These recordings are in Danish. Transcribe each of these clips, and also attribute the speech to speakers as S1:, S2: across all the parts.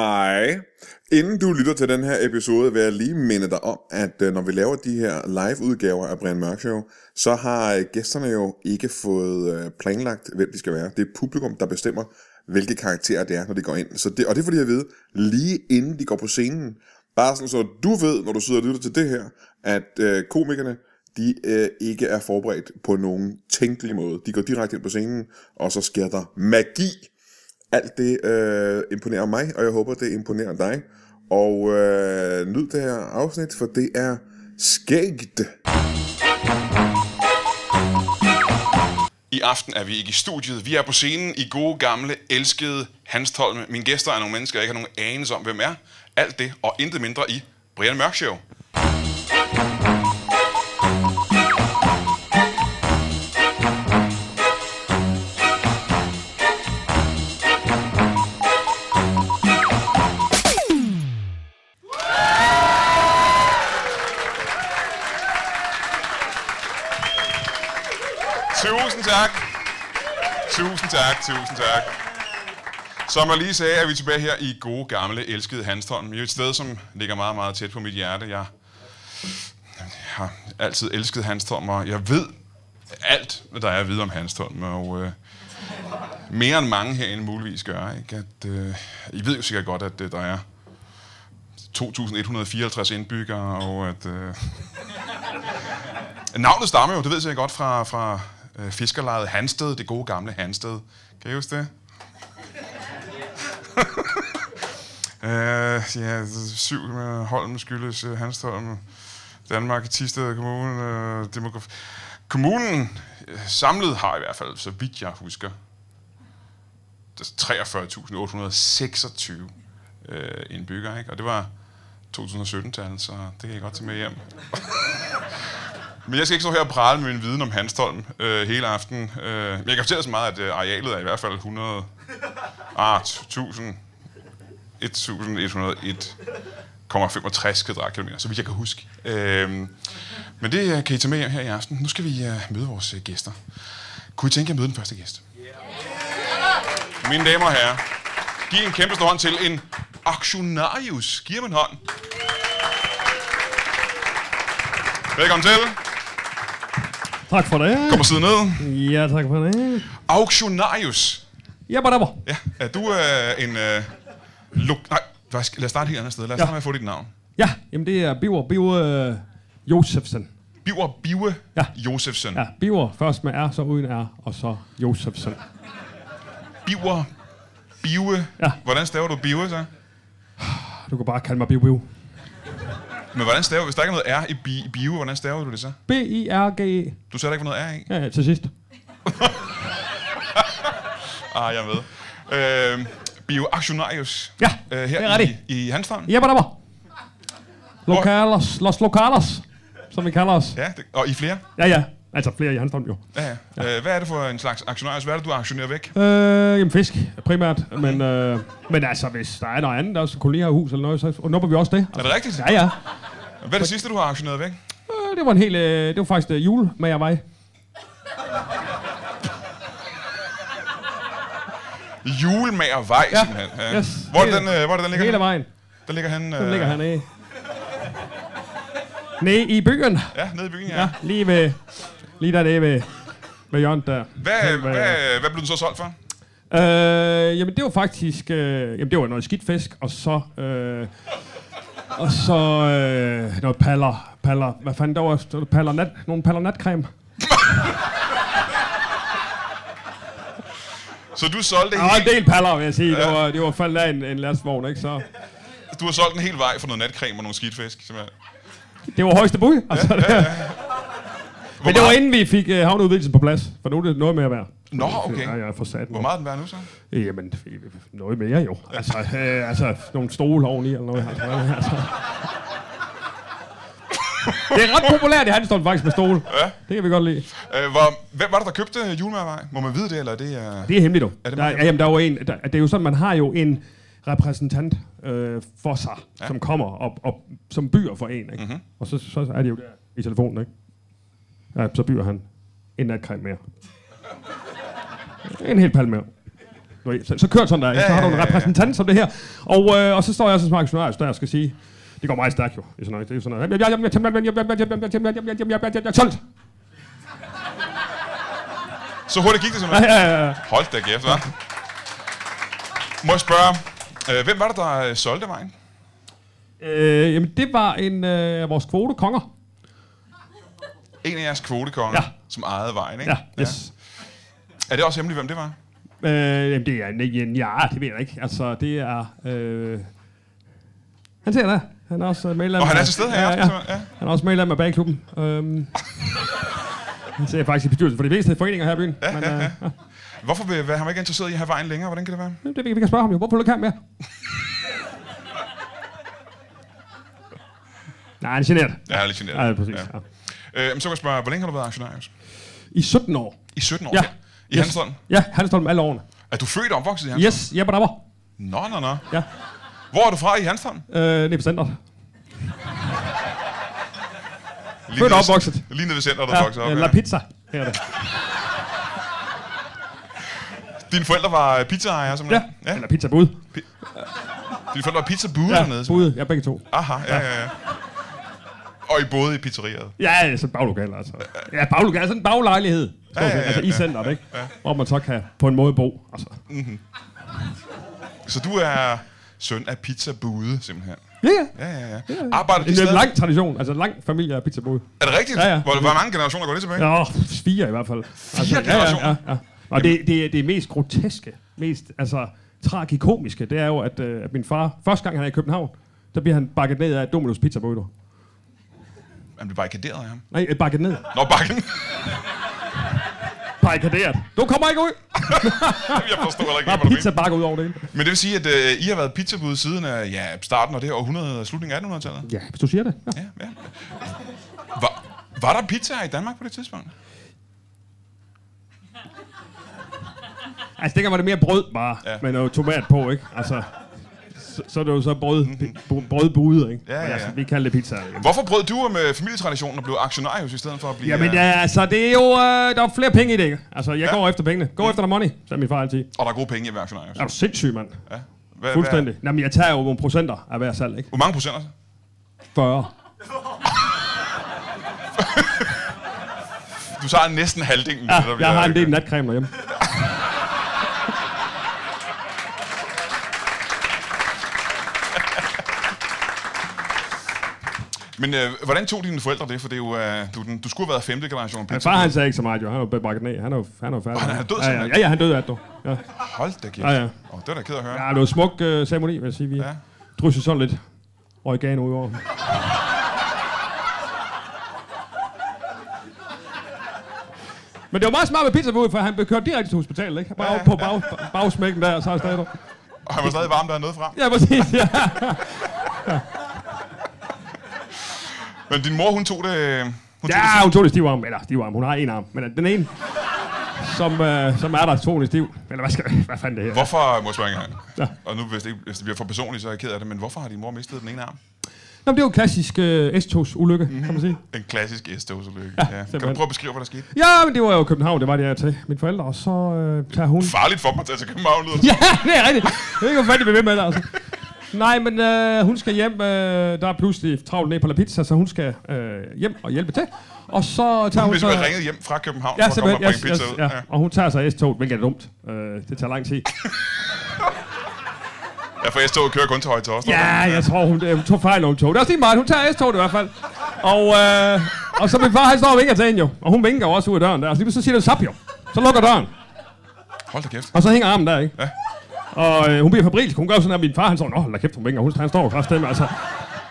S1: Hej. Inden du lytter til den her episode, vil jeg lige minde dig om, at øh, når vi laver de her live-udgaver af Brian Mørk Show, så har øh, gæsterne jo ikke fået øh, planlagt, hvem de skal være. Det er publikum, der bestemmer, hvilke karakterer det er, når de går ind. Så det, og det får de at vide lige inden de går på scenen. Bare sådan, så du ved, når du sidder og lytter til det her, at øh, komikerne, de øh, ikke er forberedt på nogen tænkelig måde. De går direkte ind på scenen, og så sker der magi. Alt det øh, imponerer mig, og jeg håber, det imponerer dig. Og øh, nyd det her afsnit, for det er skægt.
S2: I aften er vi ikke i studiet. Vi er på scenen i gode, gamle, elskede Hanstholm. Mine gæster er nogle mennesker, jeg ikke har nogen anelse om, hvem er. Alt det og intet mindre i Brian Mørk Show. Tusind tak. Tusind tak, tusind tak. Som jeg lige sagde, er vi tilbage her i gode, gamle, elskede Hanstholm. Det er et sted, som ligger meget, meget tæt på mit hjerte. Jeg har altid elsket Hanstholm, og jeg ved alt, hvad der er at vide om Hanstholm. Og øh, mere end mange herinde muligvis gør. Ikke? At, øh, I ved jo sikkert godt, at øh, der er 2.154 indbyggere, og at... Øh, Navnet stammer jo, det ved jeg godt, fra, fra øh, fiskerlejet Hansted, det gode gamle Hansted. Kan I huske det? øh, ja, syv øh, Holm skyldes øh, Hanstholm. Danmark, Tisted Kommune, øh, demografi. Kommunen øh, samlet har i hvert fald, så vidt jeg husker, 43.826 øh, indbyggere, ikke? Og det var 2017-tallet, så det kan jeg godt tage med hjem. Men jeg skal ikke stå her og prale med min viden om Hanstholm øh, hele aften. Øh, men jeg kan fortælle så meget, at øh, arealet er i hvert fald 100... Ah, 1000... 1101,65 kvadratkilometer, så vidt jeg kan huske. Øh, men det øh, kan I tage med hjem her i aften. Nu skal vi øh, møde vores øh, gæster. Kunne I tænke jer at møde den første gæst? Mine damer og herrer, giv en kæmpe stor hånd til en aktionarius. Giv ham en hånd. Velkommen til.
S3: Tak for det.
S2: Kom og sidde ned.
S3: Ja, tak for det.
S2: Auktionarius.
S3: Ja, bare
S2: Ja, er du øh, en... Øh, lo- Nej, lad os- lad os starte et helt andet sted. Lad os
S3: Ja.
S2: starte med at få dit navn.
S3: Ja, jamen det er Biver, Biver øh, Josefsen.
S2: Biver Bive ja.
S3: Ja.
S2: Josefsen.
S3: Ja,
S2: Ja.
S3: Biver først med R, så uden R, og så Josefsen.
S2: Biver Bive. Ja.
S3: Ja.
S2: Hvordan staver du Bive så?
S3: Du kan bare kalde mig Biver, Biver.
S2: Men hvordan staver Hvis der ikke er noget R i bi- Bive, hvordan staver du det så?
S3: B-I-R-G-E.
S2: Du sætter ikke for noget R i?
S3: Ja, ja, til sidst.
S2: Ah, jeg er med. Øh, Bio Aktionarius.
S3: Ja,
S2: øh,
S3: det er
S2: her i,
S3: rigtigt.
S2: i Hanstholm.
S3: Ja, bare Localos, los localos, som vi kalder os.
S2: Ja, det, og i flere.
S3: Ja, ja. Altså flere i hans hånd, jo.
S2: Ja, ja. ja. Øh, hvad er det for en slags aktionarius? Hvad er det, du aktionerer væk?
S3: Øh, jamen fisk, primært. Men, øh, men altså, hvis der er noget andet, der også kunne lige have hus eller noget, så nupper vi også det.
S2: Er det rigtigt?
S3: Ja, ja.
S2: Hvad er det sidste, du har aktioneret væk?
S3: Øh, det var en hel, øh, det var faktisk øh, jule med jeg vej.
S2: Julemagervej, ja.
S3: Ja,
S2: simpelthen. Ja.
S3: yes.
S2: Hvor, er det,
S3: Hele-
S2: den, øh, hvor er det, den ligger?
S3: Hele
S2: henne?
S3: vejen.
S2: Der ligger han...
S3: Den
S2: øh,
S3: ligger hernede. Nede i byen.
S2: Ja, nede i byen, ja.
S3: Ja, lige ved... Lige dernede ved... Ved Jørgen der.
S2: Hvad,
S3: Hen ved-
S2: hvad, hvad blev den så solgt for?
S3: Øh, jamen det var faktisk... Øh, jamen det var noget skidt fisk, og så... Øh, og så øh, noget paller, paller, hvad fanden der var, der var paller nat, nogle paller natcreme.
S2: Så du solgte
S3: Der
S2: en
S3: var en
S2: hel,
S3: del paller, vil jeg sige.
S2: Ja.
S3: Det var, det var faldet af en, en lastvogn, ikke? Så
S2: du har solgt en hel vej for noget natcreme og nogle skidtfisk, simpelthen.
S3: det var højeste bud. Altså, det,
S2: Hvor
S3: men det var
S2: meget,
S3: inden vi fik øh, havneudvidelsen på plads, for nu er det noget med at være.
S2: Nå, okay.
S3: Ja, jeg er for sat.
S2: Hvor meget er den værd nu så?
S3: Jamen, øh, noget mere jo. Altså, øh, altså nogle stole oveni eller noget. Altså, hvad- altså. Det er ret populært i Hanstholm faktisk med stole. Ja. Det kan vi godt lide.
S2: Øh, hvor, hvem var det, der købte julemagervej? Må man vide det, eller er det... Uh...
S3: Det er hemmeligt jo.
S2: Er det
S3: der,
S2: meget-
S3: ja, jamen, der er jo en, der, det er jo sådan, man har jo en repræsentant øh, for sig, ja. som kommer og, og som byer for en. Ikke? Mm-hmm. Og så, så er det jo der i telefonen, ikke? Ja, så byer han en natkrem mere. En hel palme mere. du ved, så, så kører det sådan der, ja, så har du en repræsentant ja, ja. som det her. Og, øh, og så står jeg så som aktionær, der skal sige, det går meget stærkt jo, i sådan noget. Det er sådan noget. Solgt!
S2: Så hurtigt gik det
S3: Ja,
S2: simpelthen.
S3: ja, ja.
S2: Hold da kæft, hva'? Må jeg spørge, øh, hvem var det, der øh, solgte vejen?
S3: Øh, jamen, det var en af øh, vores kvotekonger.
S2: En af jeres kvotekonger,
S3: Ja.
S2: som ejede vejen, ikke?
S3: Ja, yes.
S2: Er det også hemmeligt, hvem det var?
S3: Øh, jamen, det er en, en ja, det ved jeg ikke. Altså, det er... Øh, han ser der. Han er også øh, medlem
S2: Og han er
S3: af-
S2: til stede her i
S3: ja,
S2: aften,
S3: ja.
S2: simpelthen, ja.
S3: Han er også medlem af bagklubben. Øhm, han ser faktisk i bestyrelsen for de fleste foreninger her i byen. Men, øh, ja.
S2: Hvorfor vil- var han ikke interesseret i at have vejen længere? Hvordan kan det være?
S3: det, vi, vi kan spørge ham jo. Hvorfor vil du ikke have ham mere? Nej, han er generet.
S2: Ja, jeg er lidt generet.
S3: Ja, præcis. Ja.
S2: Øh, men så kan jeg spørge, hvor længe har du været aktionær? Jus?
S3: I 17 år.
S2: I 17 år?
S3: Ja.
S2: I yes. Hanstholm?
S3: Ja, han står med alle årene.
S2: Er du født og opvokset i Hanstholm?
S3: Yes, jeg var
S2: Nå, nå, nå.
S3: Ja,
S2: Hvor er du fra i Hanstholm?
S3: øh, nede på centret.
S2: Lige
S3: Født
S2: nede
S3: og
S2: ved-
S3: opvokset.
S2: Lige nede ved centret, der
S3: Ja,
S2: ja. voksede op.
S3: La
S2: Ja.
S3: Pizza her det.
S2: Dine forældre var øh, pizzaejere,
S3: Ja,
S2: simpelthen?
S3: ja. eller pizza bud.
S2: Dine forældre var pizzabude
S3: Ja,
S2: dernede? simpelthen?
S3: bud, ja, begge to.
S2: Aha, ja, ja, ja. Og I boede i pizzeriet?
S3: Ja, ja, sådan en baglokal, altså. Ja, baglokal, altså en baglejlighed. Ja, ja, ja, altså i centret, ikke? Ja, Hvor man så kan på en måde bo, altså.
S2: Så du er søn af pizzabude, simpelthen?
S3: Ja, ja.
S2: Ja, ja, ja. Arbejder de
S3: Det er
S2: stadig?
S3: en lang tradition, altså en lang familie af pizzabud.
S2: Er det rigtigt?
S3: Ja, ja.
S2: Hvor, hvor mange generationer går det tilbage?
S3: Ja, fire i hvert fald. Fire altså,
S2: generationer?
S3: Ja, ja, ja. Og det, det, det mest groteske, mest altså, tragikomiske, det er jo, at, øh, at min far, første gang han er i København, der bliver han bakket ned af Domino's Pizza Bøder.
S2: Han blev barrikaderet af ham.
S3: Nej, øh, bakket ned.
S2: Nå, bakken.
S3: Barrikaderet. Du kommer ikke ud!
S2: Jeg forstår heller ikke, hvad
S3: Der er
S2: du mener.
S3: pizza bakker ud over det hele.
S2: Men det vil sige, at øh, I har været pizzabud siden øh, ja, starten af det her århundrede, øh, slutningen af 1800-tallet?
S3: Ja, hvis du siger det. Ja.
S2: Ja, ja. Var, var der pizzaer i Danmark på det tidspunkt?
S3: Altså, dengang var det mere brød bare,
S2: Ja.
S3: ja. med noget tomat på, ikke? Altså, så, så er det jo så brød, mm-hmm. brødbude, ikke?
S2: Mhm. Ja, ja,
S3: Men Altså,
S2: ja.
S3: vi kalder det pizza. Ikke?
S2: Hvorfor brød du med familietraditionen og blev aktionarius i stedet for at blive...
S3: Jamen,
S2: øh,
S3: ja, altså, det er jo, øh, der er flere penge i det, ikke? Altså, jeg
S2: Ja. Mhm.
S3: ja. går efter pengene. Gå efter the money, sagde min far altid.
S2: Og der er gode penge i at være aktionarius.
S3: Er du sindssyg, mand?
S2: Ja. Hvad,
S3: Fuldstændig. Hvad? Jamen, jeg tager jo nogle procenter af hver salg, ikke?
S2: Hvor mange procenter?
S3: 40.
S2: Du tager næsten halvdelen.
S3: Ja,
S2: det, der bliver-
S3: jeg har en del natcreme derhjemme.
S2: Men øh, hvordan tog dine forældre det? For det er jo, øh, du, er den- du skulle have været femte generation af
S3: Men
S2: pizza.
S3: far, han sagde ikke så meget, jo. Han er jo blevet bakket ned. Han er jo, han er jo færdig.
S2: Og han er død,
S3: ja, ja,
S2: simpelthen.
S3: ja, ja, han døde af det, Ja.
S2: Hold da kæft.
S3: Ja, ja.
S2: Åh, det er da ked at høre.
S3: ja, det var en smuk øh, ceremoni, vil jeg sige. Vi
S2: Ja.
S3: ja. drysser sådan lidt oregano ud over. Men det var meget smart med pizzabud, for han blev kørt direkte til hospitalet, ikke? Bare
S2: Ja,
S3: ja, på bag, bagsmækken der, og så er stadig der.
S2: Og han var stadig varm dernede fra.
S3: Ja, præcis, ja.
S2: Men din mor, hun tog det... øh, Hun tog
S3: Ja, hun tog det i stiv arm. Eller stiv arm. Hun har en arm. Men øh, den ene, som, øh, som er der, tog hun i stiv. Eller hvad, skal, hvad fanden det her?
S2: Hvorfor, øh, må jeg spørge engang?
S3: Ja.
S2: Og nu, hvis det, ikke, hvis det bliver for personligt, så er jeg ked af det, men hvorfor har din mor mistet den ene arm?
S3: Nå, men det er jo en klassisk øh, S-togsulykke, mm-hmm. kan man sige.
S2: En klassisk S-togsulykke. Ja, ja. Kan du
S3: simpelthen.
S2: prøve at beskrive, hvad der skete?
S3: Ja, men det var jo København, det var det, jeg til mine forældre. Og så øh, tager hun...
S2: Farligt for mig at tage til København, lyder det.
S3: Ja, det er rigtigt. Jeg ved ikke, hvor fanden de bliver ved med det, altså. Nej, men øh, hun skal hjem. Øh, der er pludselig travlt ned på La Pizza, så hun skal øh, hjem og hjælpe til. Og så tager hun,
S2: Hvis
S3: så...
S2: man har ringet hjem fra København,
S3: Ja,
S2: for at komme og
S3: simpelthen.
S2: bringe
S3: Yes,
S2: pizza
S3: yes,
S2: ud.
S3: ja. Og hun tager sig S-toget, hvilket er dumt. Øh, det tager lang tid.
S2: ja, for S-toget kører kun til Høje Torstrup.
S3: Ja, jeg tror, hun, hun tog fejl af hun tog. Det er også lige meget. Hun tager S-toget i hvert fald. Og, øh, og så min far, han står og vinker til hende jo. Og hun vinker jo også ud af døren der. Og så lige pludselig siger det zap jo. Så lukker døren.
S2: Hold da kæft.
S3: Og så hænger armen der, ikke?
S2: Ja.
S3: Og øh, hun bliver fabrilsk. Hun gør sådan, at min far, han står, Nå, hold da kæft, hun vinker. Hun, han står jo kraftedeme, altså.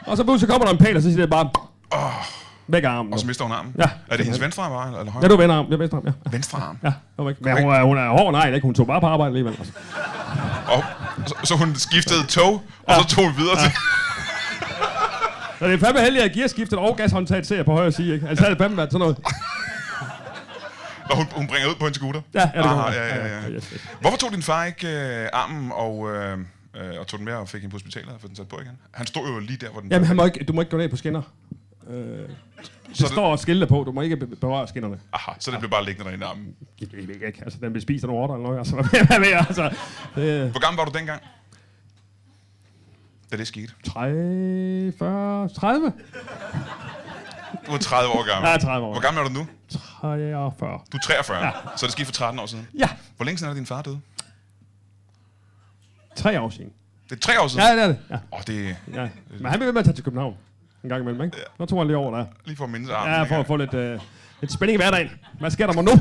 S3: Og så pludselig kommer der en pæl, og så siger det bare... Oh. Væk af armen.
S2: Og så
S3: jo.
S2: mister hun armen.
S3: Ja.
S2: Er det hendes venstre arm, eller, eller
S3: Ja,
S2: højre?
S3: du vender arm. Jeg venstre arm, ja.
S2: Venstre arm.
S3: Ja, det var væk. Men hun er, hun er hård, nej, ikke? Hun tog bare på arbejde alligevel. Altså.
S2: Og, så, så hun skiftede tog, og så tog hun videre til...
S3: Så det er fandme heldigt, at gearskiftet og gashåndtaget ser jeg på højre side, ikke? Altså, så er det fandme været sådan noget.
S2: Og hun, hun bringer ud på en scooter.
S3: Ja, ja, det
S2: Aha,
S3: kommer.
S2: ja, ja, ja.
S3: Yes, yes.
S2: Hvorfor tog din far ikke øh, armen og, øh, øh, og tog den med og fik hende på hospitalet og fik den sat på igen? Han stod jo lige der, hvor den...
S3: Jamen, han må ikke, du må ikke gå ned på skinner. Øh, det
S2: Så
S3: så
S2: det-
S3: står skilte på, du må ikke be- berøre skinnerne.
S2: Aha, så det blev bare liggende derinde i armen.
S3: Det ved jeg ikke. Altså, den blev spist af nogle rotter eller noget. Altså, hvad ved jeg? Altså, det,
S2: Hvor gammel var du dengang? Da det skete.
S3: 3, 40, 30?
S2: Du var 30 år gammel.
S3: Jeg er 30 år.
S2: Hvor gammel er du nu?
S3: 43.
S2: Du er 43. Ja. Så det skete for 13 år siden.
S3: Ja,
S2: Hvor længe siden er det, din far døde?
S3: tre år siden.
S2: Det er tre år siden.
S3: Ja, det er det. Ja,
S2: Åh, det er
S3: ja. Men han blev ved med at tage til København en gang imellem, ikke? Nu tog han lige over der.
S2: lige for at minde sig armen.
S3: Ja, for at få lidt, øh, lidt spænding i hverdagen. Hvad sker der mig nu?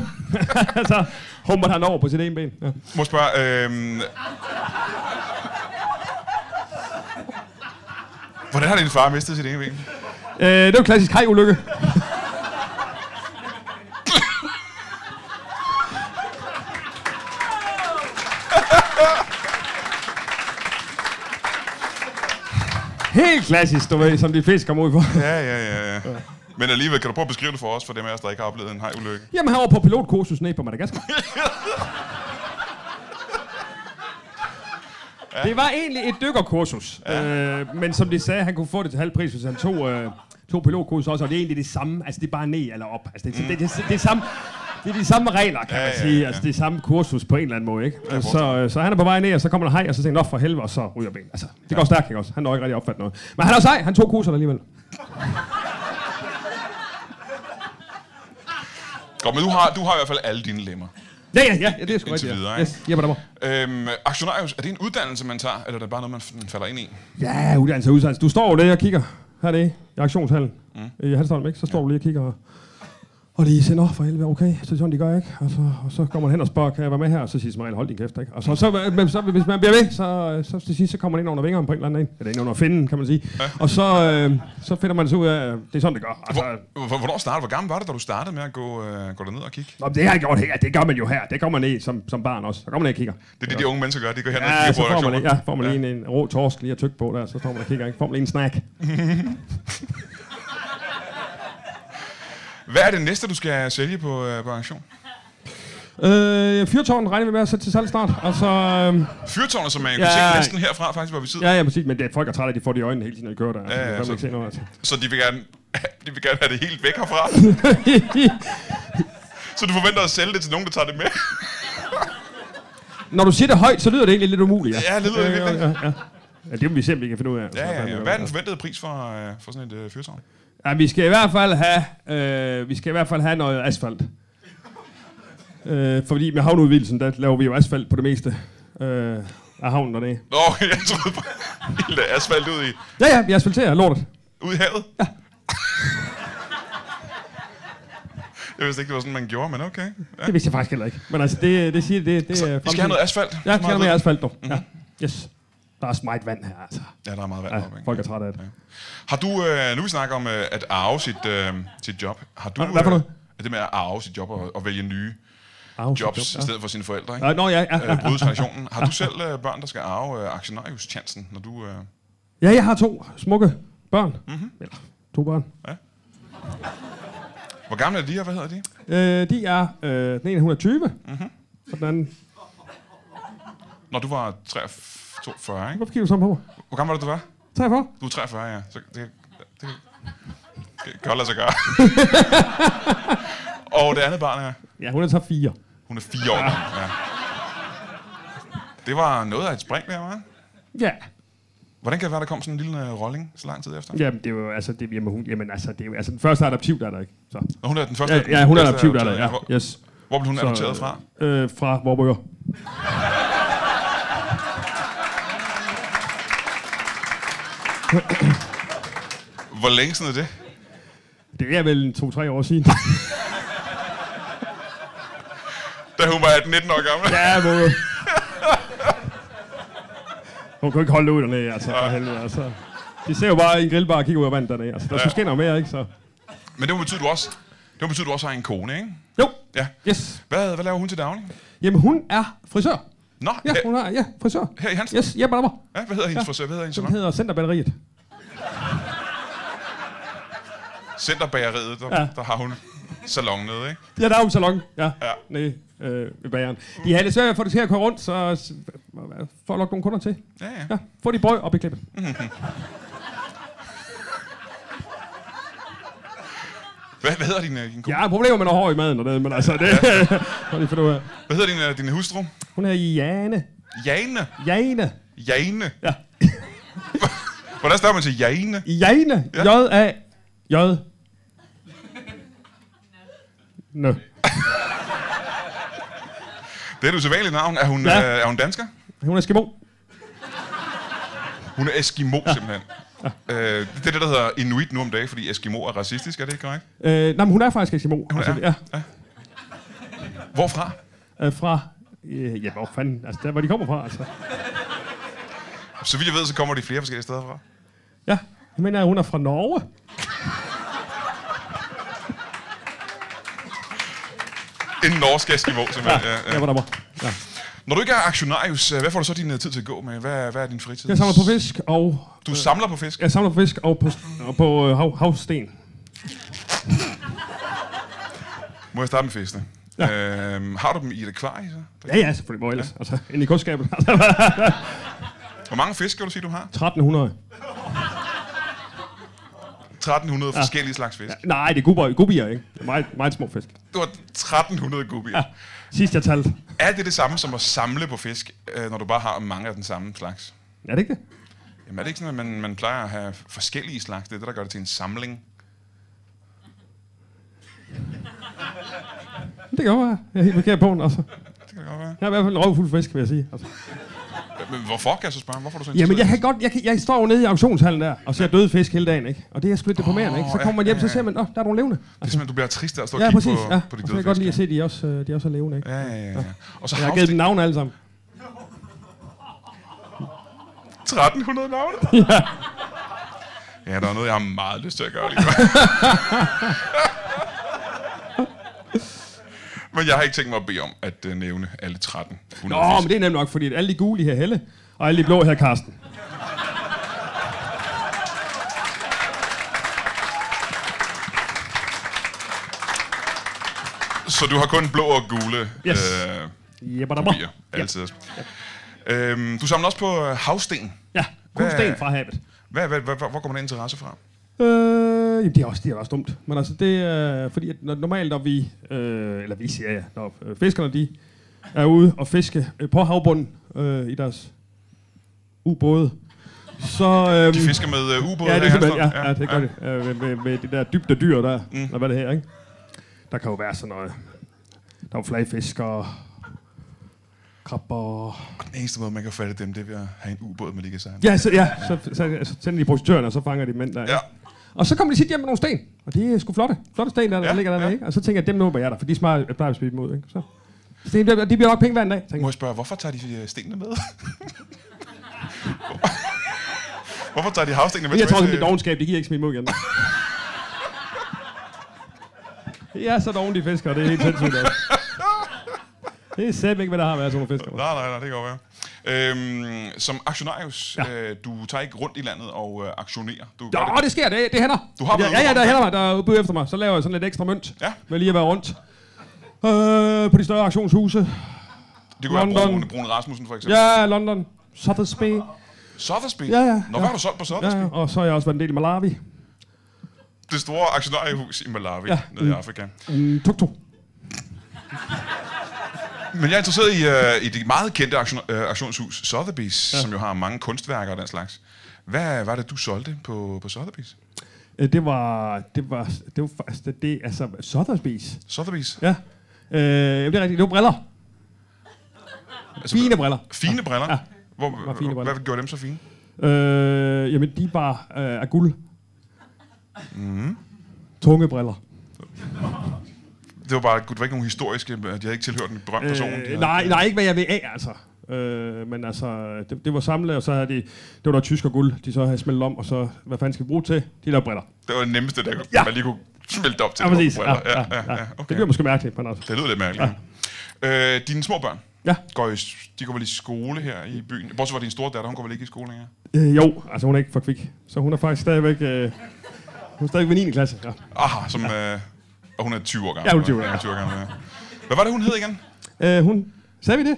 S3: så humper han over på sit ene ben. Ja.
S2: Må jeg spørge, øhm... Hvordan har din far mistet sit ene ben?
S3: Øh, det var klassisk hej-ulykke. Helt klassisk, du ved, som de fleste kommer ud for.
S2: Ja, ja, ja, ja. Men alligevel, kan du prøve at beskrive det for os, for dem af os, der ikke har oplevet en hej-ulykke?
S3: Jamen, han var på pilotkursus nede på Madagaskar. Det var egentlig et dykkerkursus, øh, men som de sagde, han kunne få det til halv pris, hvis han tog, øh, tog pilotkursus også, og det er egentlig det samme, altså det er bare ned eller op. Altså, det, mm. det, det, det, det, er samme, det er de samme regler, kan
S2: Ja,
S3: ja, man
S2: ja,
S3: sige,
S2: ja.
S3: altså det er samme kursus på en eller anden måde, ikke?
S2: jeg
S3: så, øh, så han er på vej ned, og så kommer der hej, og så tænker han, "Nå, for helvede, og så ryger ben. Altså, det går stærkt, ikke også? Han når ikke rigtig opfatte noget. Men han er sej, han tog kurserne alligevel.
S2: Godt, men du har, du har i hvert fald alle dine lemmer.
S3: Ja, ja, ja, ja det er sgu
S2: Indtil
S3: rigtigt.
S2: videre,
S3: Ja.
S2: ikke?
S3: Yes, Jeppe Dammer.
S2: Øhm, aktionarius, er det en uddannelse, man tager, eller er det bare noget, man f- falder ind i?
S3: Ja, uddannelse og uddannelse. Du står jo lige og kigger hernede i aktionshallen mm. i Hanstholm, ikke? Så står du lige og kigger, og- og lige siger, nå for helvede, okay, så det er sådan, de gør, ikke? Og så, og så kommer man hen og spørger, kan jeg være med her? Og så siger Smile, hold din kæft, ikke? Og så, så, men så hvis man bliver ved, så, så til sidst, så kommer man ind under vingerne på en eller anden en. Eller ind under finden, kan man sige. Ja. Og så, øh, så finder man så ud af, at det er sådan, det gør. Altså,
S2: Hvor, hvor, hvornår startede? Hvor gammel var det, da du startede med at gå, øh, gå derned og kigge?
S3: Nå, men det har jeg gjort her, det gør man jo her. Det kommer man ned som, som barn også. Så kommer man ned og kigger.
S2: Det er det, de unge mennesker gør. De går hen og
S3: Ja,
S2: kigger
S3: så
S2: på
S3: får man,
S2: aktioner.
S3: lige, ja, får man lige en, en rå torsk lige at tykke på der, så står man og kigger, ikke? Får man lige en snack.
S2: Hvad er det næste, du skal sælge på, øh, på aktion?
S3: Øh, fyrtårn regner vi med at sætte til salg snart. Altså, øh,
S2: Fyrtårnet, som man ja.
S3: Ja.
S2: kunne se næsten herfra, faktisk, hvor vi sidder.
S3: ja, ja, præcis, men det, folk er trætte af, at de får det i øjnene hele tiden, når de kører der. Altså,
S2: Ja, ja,
S3: ja, ja,
S2: så-
S3: ikke se noget, altså.
S2: Så de vil, gerne, de vil gerne have det helt væk herfra.
S3: altså.
S2: Så du forventer at sælge det til nogen, der tager det med?
S3: Når du siger det højt, så lyder det egentlig lidt umuligt, ja. Øh,
S2: Ja, det lyder det
S3: ja,
S2: virkelig.
S3: ja, ja. ja, det må vi se, om vi kan finde ud af. altså.
S2: Ja, ja, ja. Hvad er den forventede pris for, øh, for sådan et øh, fyrtårn?
S3: ja, vi skal i hvert fald have, øh, vi skal i hvert fald have noget asfalt. Øh, fordi med havneudvidelsen, der laver vi jo asfalt på det meste øh, af havnen dernede.
S2: Nå, jeg troede bare, helt asfalt ud i,
S3: Ja, ja, vi asfalterer lortet.
S2: ud i havet. Jeg vidste ikke, det var sådan, man gjorde, men okay. Ja.
S3: Det vidste jeg faktisk heller ikke. Men altså, det, det siger det, det er
S2: I skal have noget asfalt.
S3: Ja, jeg skal have noget
S2: Meget
S3: asfalt, dog. Ja. Mhm. Yes. Der er smagt vand her, altså.
S2: ved- Ja, der er meget vand
S3: Ja,
S2: deroppe, ikke?
S3: folk er trætte af det.
S2: Har du, øh, nu vi snakker om øh, at arve sit, øh, sit job, har du...
S3: Hvad- hvad for noget?
S2: øh, det med at arve sit job og, og vælge nye
S3: Au,
S2: jobs
S3: Ja.
S2: i stedet for sine forældre, ikke?
S3: Ja, Nå, ja, ja, ja,
S2: Øh, bryde traditionen. Har du selv øh, børn, der skal arve øh, aktionarius-chancen, når du... Øh,
S3: ja. jeg har to smukke børn.
S2: Mhm.
S3: Mm-hmm. Eller to børn.
S2: hvor gamle er de her? Hvad hedder de?
S3: Øh, de er, øh, den ene hun er 20, mm-hmm.
S2: Mhm.
S3: og den anden,
S2: Når du var 43, ikke?
S3: hvorfor kigger du sådan på mig?
S2: Hvor gammel var det, du var?
S3: 43.
S2: Du er 43, ja. Så det, det kan godt lade sig gøre. og det andet barn er,
S3: Ja, hun er så fire.
S2: hun er fire år. gammel, Ja. Det var noget af et spring der, var.
S3: Ja.
S2: Hvordan kan det være, der kom sådan en lille øh, rolling så lang tid efter?
S3: Jamen, det er jo, altså, det, jamen, hun, jamen, altså, det er jo, altså, den første er adoptiv, der er der ikke. Så.
S2: Nå, hun er den første.
S3: Ja, ja, hun er
S2: første
S3: adoptiv, der er der,
S2: adopterede. Hvor,
S3: ja. Yes.
S2: hvor blev hun
S3: Så,
S2: adopteret fra?
S3: Øh, fra Vorborg.
S2: Hvor længe siden er det?
S3: Det er vel en to-tre år siden.
S2: Da hun var 18-19 år gammel.
S3: ja, hvor... Hun kunne ikke holde det ud dernede, altså, for helvede, altså. De ser jo bare en grillbar og kigger ud af vandet dernede, altså. Der skulle ske noget mere, ikke, så...
S2: Men det betyder du også, det betyder du også har en kone, ikke?
S3: Jo,
S2: Ja.
S3: yes.
S2: Hvad, hvad laver hun til daglig?
S3: Jamen, hun er frisør.
S2: Nå,
S3: Ja,
S2: ja,
S3: hun er, ja, frisør.
S2: her i Hansen?
S3: Yes, Jeppe Dammer.
S2: ja, hvad hedder hendes frisør? Hvad hedder hendes
S3: Som
S2: salon?
S3: hedder Centerbatteriet.
S2: Centerbageriet, der,
S3: Ja.
S2: der har hun salon nede, ikke?
S3: Ja, der er jo en salon. Ja,
S2: Ja.
S3: ja. Nede, øh, ved bageren. De har lidt svært ved at få det til at køre rundt, så s- for at lokke nogle kunder til.
S2: Ja, ja.
S3: Ja, få de brød op i klippet.
S4: Hvad, hvad hedder din, øh, din, ko-
S3: Jeg har problemer med noget hår i maden, og det, men altså, det... Prøv lige for du her.
S4: hvad hedder din, øh, din hustru?
S3: Hun er Jane.
S4: Jane.
S3: Jane.
S4: Jane.
S3: Ja.
S4: Hvordan står man til Jane?
S3: Jane.
S4: Ja.
S3: J-A. J. Nå.
S4: Det er et usædvanligt navn. Er hun,
S3: Ja.
S4: ja. øh, er hun dansker?
S3: Hun er skimo.
S4: Hun er Eskimo, ja. simpelthen. Ja. Øh, det er det, der hedder Inuit nu om dagen, fordi Eskimo er racistisk, er det ikke korrekt?
S3: Øh, nej, men hun er faktisk skimo. Hun
S4: er?
S3: ja.
S4: Hvorfra?
S3: Øh, fra... Øh, ja, hvor fanden... Altså, der hvor de kommer fra, altså.
S4: Så vidt jeg ved, så kommer de flere forskellige steder fra.
S3: Ja, jeg mener, hun er fra Norge.
S4: En norsk Eskimo, simpelthen. Ja. Ja,
S3: Ja,
S4: ja.
S3: hvor der var. Ja.
S4: Når du ikke er aktionarius, øh, hvad får du så din øh, tid til at gå med? Hvad, er- hvad er din fritid?
S3: Jeg samler på fisk og...
S4: Du samler på fisk?
S3: Jeg samler på fisk og på, og på øh, hav, havsten.
S4: Må jeg starte med fiskene? Ja. Øhm, har du dem i et akvarie, så?
S3: Ja, ja, selvfølgelig. Hvor ellers? Altså, ind i kunstskabet.
S4: Hvor mange fisk kan du sige, du har?
S3: 1300.
S4: 1300 ja. forskellige slags fisk. Ja.
S3: Nej, det er gubier, gubier ikke? Det er meget, meget små fisk.
S4: Du har 1300 gubier. Ja.
S3: Ja. Sidst jeg talte.
S4: Er det det samme som at samle på fisk, øh, når du bare har mange af den samme slags?
S3: Er det ikke det?
S4: Jamen er det ikke sådan, at man, man plejer at have forskellige slags? Det er det, der gør det til en samling.
S3: Det kan godt være. Jeg er helt forkert på den. Altså.
S4: Det kan det godt være.
S3: Jeg er i hvert fald en røvfuld fisk, vil jeg sige. Altså.
S4: Men hvorfor, kan jeg så spørge? Hvorfor er du så
S3: Jamen, jeg,
S4: interesseret?
S3: kan godt, jeg, kan, jeg står jo nede i auktionshallen der og ser døde fisk hele dagen, ikke? Og det er sgu lidt deprimerende, ikke? Så
S4: Åh, ja,
S3: kommer man hjem,
S4: ja,
S3: så
S4: ja.
S3: ser man, åh, der er nogle levende.
S4: Det er simpelthen, du bliver trist af at stå og
S3: Ja,
S4: kigge
S3: præcis.
S4: på,
S3: Ja.
S4: på de
S3: Og så
S4: døde
S3: kan jeg
S4: fisk.
S3: godt lide at se, at de er også, øh, de er også er levende, ikke?
S4: Ja, ja, ja, ja. Og så
S3: Jeg har
S4: havs
S3: givet dem
S4: det
S3: navn alle sammen.
S4: 1300 navne. Ja, der er noget, jeg har meget lyst til at gøre lige nu. Men jeg har ikke tænkt mig at bede om at øh, nævne alle 1300
S3: Nå,
S4: fisk.
S3: men det er nemt nok, fordi alle de gule her Helle, og alle de blå her Karsten.
S4: Så du har kun blå og gule
S3: Yes.
S4: øh,
S3: Jebadabra.
S4: bier. Altid. Ja. Øhm, du samler også på øh, havsten.
S3: Ja, kun
S4: Hvad-
S3: sten fra havet.
S4: Hvad, hvad, hvad, hvor kommer den interesse fra?
S3: Øh, jamen, det er også, det er også dumt. Men altså, det er, fordi at når, normalt, når vi, øh, eller vi siger ja, når øh, fiskerne, de er ude og fiske øh, på havbunden øh, i deres ubåde, så... Øh,
S4: De fisker med øh, ubåde?
S3: Ja,
S4: her
S3: det
S4: i
S3: er simpelthen, ja,
S4: Hanstholm?
S3: ja, det gør det. Øh, med, med, med det der dybde dyr der, mm. eller hvad det her, ikke? Der kan jo være sådan noget. Der er jo flagfisk og krabber.
S4: Og den eneste måde, man kan fatte dem, det er ved at have en ubåd med liggesejl.
S3: Ja, så, ja, så, så, så, så tænder de prostituørerne, og så fanger de mænd der. ikke?
S4: Ja.
S3: Og så kommer de sit hjem med nogle sten, og de er sgu flotte. Flotte sten, der, der
S4: Ja,
S3: ligger der,
S4: ja.
S3: ja. ikke? Og så tænker jeg, dem nåber jeg der, for de er smart, jeg plejer at spille dem ud, ikke? Så. Sten, de, de bliver nok penge hver en dag, tænker
S4: Må
S3: jeg.
S4: jeg spørge, hvorfor tager de øh, stenene med? hvorfor tager de havstenene med?
S3: Men jeg tror,
S4: tilbage
S3: det er
S4: til-
S3: dogenskab, det giver ikke smide dem ud igen. Ja, så dogen de fisker, det er helt sindssygt. altså. Det er sæt ikke, hvad der har været sådan nogle fiskere.
S4: Nej, nej, nej, det kan godt være. Øhm, som aktionarius, ja. øh, du tager ikke rundt i landet og øh, aktionerer. Du gør
S3: Ja,
S4: det.
S3: det sker, det, det hænder.
S4: Du har
S3: ja,
S4: været
S3: ja, ja,
S4: ude
S3: der
S4: om-
S3: hænder mig, der er bud efter mig. Så laver jeg sådan lidt ekstra mønt
S4: Ja.
S3: med lige at være rundt. Øh, på de større auktionshuse.
S4: det kunne være
S3: London.
S4: Brune, Brune Rasmussen for eksempel. Ja.
S3: Ja, London. Sotheby's.
S4: Sothersby?
S3: Ja, ja,
S4: Nå, hvad
S3: ja.
S4: har du solgt på
S3: Ja,
S4: Sothersby? Ja,
S3: ja, og så har jeg også været en del i Malawi.
S4: Det store aktionariehus i Malawi, ja.
S3: Ja.
S4: nede i Afrika.
S3: Mm, Tukto.
S4: Men jeg er interesseret i, øh, i det meget kendte aktion, øh, auktionshus Sotheby's, ja. som jo har mange kunstværker og den slags. Hvad var det, du solgte på, på Sotheby's?
S3: Øh, Det var, det var, det var faktisk, det, det altså, Sotheby's.
S4: Sotheby's?
S3: Ja. Øh, jamen, det er rigtigt, det var briller.
S4: Altså,
S3: Fine briller.
S4: Fine briller? Ja.
S3: Ja.
S4: Hvor,
S3: Meget fine briller.
S4: Hvad gjorde dem så fine?
S3: Øh, jamen, de var øh, af guld. Mm. Mm-hmm. Tunge briller.
S4: Det var bare, det var ikke nogen historiske, øh, de havde ikke tilhørt en berømt person. de havde-
S3: Øh, nej, nej, ikke hvad jeg vil af, altså. Øh, men altså, det, det, var samlet, og så havde de, det var der tysk og guld, de så havde smeltet om, og så, hvad fanden skal vi bruge til? De der briller.
S4: Det var det nemmeste, der ja.
S3: Ja.
S4: man lige kunne smelte op til.
S3: Ja,
S4: det var
S3: præcis.
S4: briller.
S3: Ja, ja, ja,
S4: ja,
S3: Det
S4: okay.
S3: bliver måske mærkeligt, men altså.
S4: Det lyder lidt mærkeligt. Ja. Øh, dine små børn
S3: Ja,
S4: går i, de går vel i skole her i byen? Bortset fra din store datter, hun går vel ikke i skole længere?
S3: øh, jo, altså hun er ikke for kvik, så hun er faktisk stadigvæk, øh, hun er stadigvæk ved 9. klasse. Ja.
S4: Aha, som... Ja. Øh, og hun er 20 år gammel.
S3: Ja, hun er 20 år
S4: Ja,
S3: gammel.
S4: 20 år gammel ja. Hvad var det, hun hed igen?
S3: Øh, hun... Sagde vi det?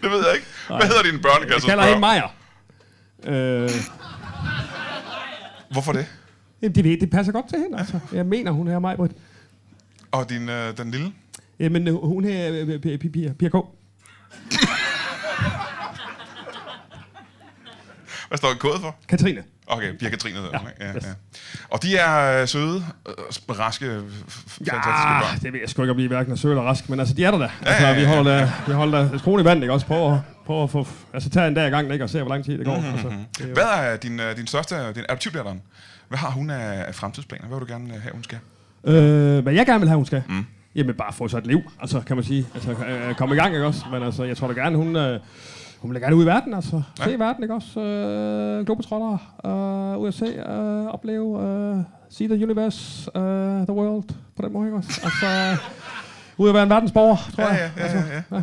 S4: Det altså ved jeg ikke. Hvad hedder din børn, kan jeg
S3: Jeg
S4: så
S3: kalder
S4: spørge?
S3: hende Maja. Øh,
S4: Hvorfor det?
S3: Jamen, det, ved- det passer godt til hende, altså. Jeg mener, hun er mig, Britt.
S4: Og din, øh, den lille?
S3: Jamen, øh, hun er øh, øh, Pia- Pia Pia K.
S4: Hvad står kodet for?
S3: Katrine.
S4: Okay, Pia Katrine hedder hun, ikke? Ja, ja. Og de er øh, søde, øh, raske, øh, f- fantastiske
S3: Ja,
S4: børn.
S3: Ah, det ved jeg sgu ikke, om de er hverken søde eller rask, men altså, de er der da. Altså,
S4: ja, ja,
S3: vi holder da, vi holder da skruen i vandet, ikke? Også prøver, at- prøver at få, altså, tage en dag i gangen, ikke? Og se, hvor lang tid det
S4: Mhm,
S3: går. Altså, det er jo-
S4: Hvad er din, øh, din største, din adoptivdatteren? Hvad har hun af af fremtidsplaner? Hvad vil du gerne øh, have, hun skal?
S3: Øh, hvad jeg gerne vil have, hun skal? Mm. Jamen bare få sig et liv, altså, kan man sige. Altså, øh, komme i gang, ikke også? Men altså, jeg tror da gerne, hun... Øh, hun vil da gerne ud i verden, altså. Se ja. verden, ikke også? Øh, Globetrotter, øh, USA, øh, opleve, øh, see the universe, øh, the world, på den måde, ikke også? Altså, ud at være en verdensborger, tror
S4: Ja,
S3: jeg.
S4: ja, ja, ja, ja.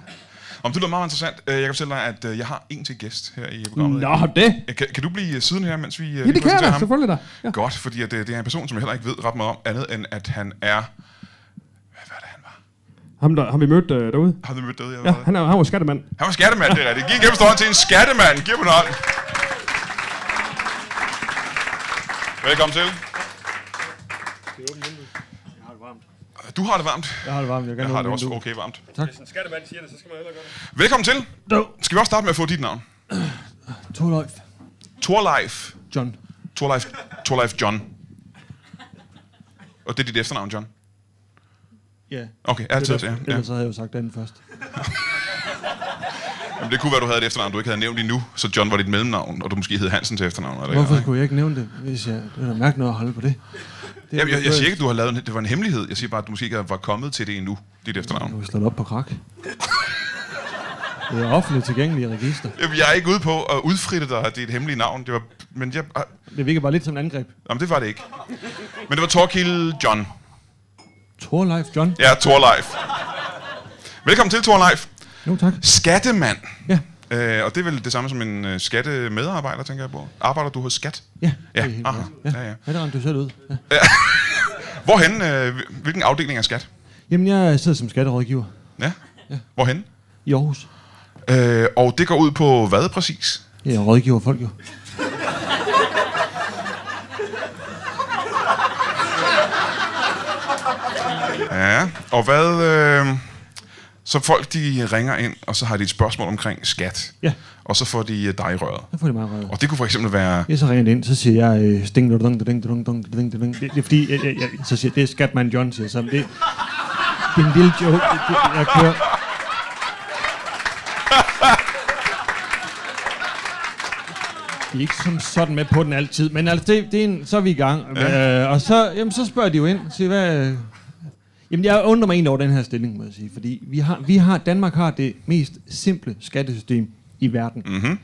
S4: Om det lyder meget interessant. Øh, Jeg kan fortælle dig, at øh, jeg har en til gæst her i programmet.
S3: Nå, det.
S4: Øh, Kan, kan du blive siden her, mens vi... øh,
S3: Ja,
S4: lige
S3: det kan jeg
S4: præsenterer
S3: da, selvfølgelig da. Ja.
S4: Godt, fordi at, øh, det er en person, som jeg heller ikke ved ret meget om, andet end at han er... Hvad var det, han var?
S3: Ham, der, ham vi mødte øh, derude.
S4: Har du mødt det? Jeg
S3: Ja,
S4: ved det.
S3: han, er, han var skattemand.
S4: Han var skattemand, det er rigtigt. Giv en kæmpe stor hånd til en skattemand. Giv ham en hånd. Velkommen til. Du har det varmt.
S5: Jeg har det varmt. Jeg,
S4: Jeg har det også okay varmt.
S3: Skattemand siger det, så skal man heller gøre det.
S4: Velkommen til. Skal vi også starte med at få dit navn?
S5: Torløjf.
S4: Torleif.
S5: John.
S4: Torleif, Torleif John. Og det er dit efternavn, John.
S5: Ja.
S4: Okay, altid.
S5: Ellers,
S4: Ja, ja.
S5: ellers havde jeg jo sagt den først.
S4: Jamen, det kunne være, du havde et efternavn, du ikke havde nævnt endnu, så John var dit mellemnavn, og du måske hed Hansen til efternavn. Eller
S5: Hvorfor
S4: eller-
S5: skulle jeg ikke nævne det, hvis jeg... Det er da mærke noget at holde på det. det er
S4: Jamen,
S5: jo-
S4: jeg, jeg siger ikke, at du har lavet en, det var en hemmelighed. Jeg siger bare, at du måske ikke var kommet til det endnu, dit
S5: Nu
S4: efternavn.
S5: er vi slået op på krak. Det er offentligt tilgængelige register.
S4: Jamen, jeg er ikke ude på at udfritte dig af dit hemmelige navn. Det var, men jeg, ah,
S5: Det virker bare lidt som en angreb.
S4: jamen, det var det ikke. Men det var Torkil John.
S5: Torløjf, John.
S4: Ja, Torleif. Velkommen til, Torleif.
S5: Jo, tak.
S4: Skattemand.
S5: Ja.
S4: Øh, og det er vel det samme som en øh, skattemedarbejder, tænker jeg på. Arbejder du hos skat?
S5: Ja,
S4: Ja, Ah.
S5: det er helt
S4: aha.
S5: godt. Ja,
S4: Ja, ja.
S5: ja. det ramte du selv ud. Ja.
S4: Hvorhen? Øh, hvil- hvilken afdeling af skat?
S5: Jamen, jeg sidder som skatterådgiver
S4: Ja. Hvorhen?
S5: i Aarhus.
S4: Øh, og det går ud på hvad præcis?
S5: Ja, jeg rådgiver folk jo.
S4: Ja, og hvad... Øh, så folk, de ringer ind, og så har de et spørgsmål omkring skat.
S5: Ja.
S4: Og så får de øh, dig i røret.
S5: Så får de meget røget.
S4: Og det kunne for eksempel være...
S5: Jeg så ringer det ind, så siger jeg, øh, sting, dong, dong, dong, dong, dong, dong, dong. Det, det er fordi, jeg, jeg, jeg, så siger jeg, det er Skatman John, siger jeg så, men det, det er en lille joke, det, det, jeg kører. De er ikke som sådan med på den altid, men altså, det, det er en, så er vi i gang. Ja. Øh, og så, jamen, så spørger de jo ind, siger, hvad... øh, Jamen, jeg undrer mig egentlig over den her stilling, må jeg sige, fordi vi har, vi har, Danmark har det mest simple skattesystem i verden. Mm-hmm.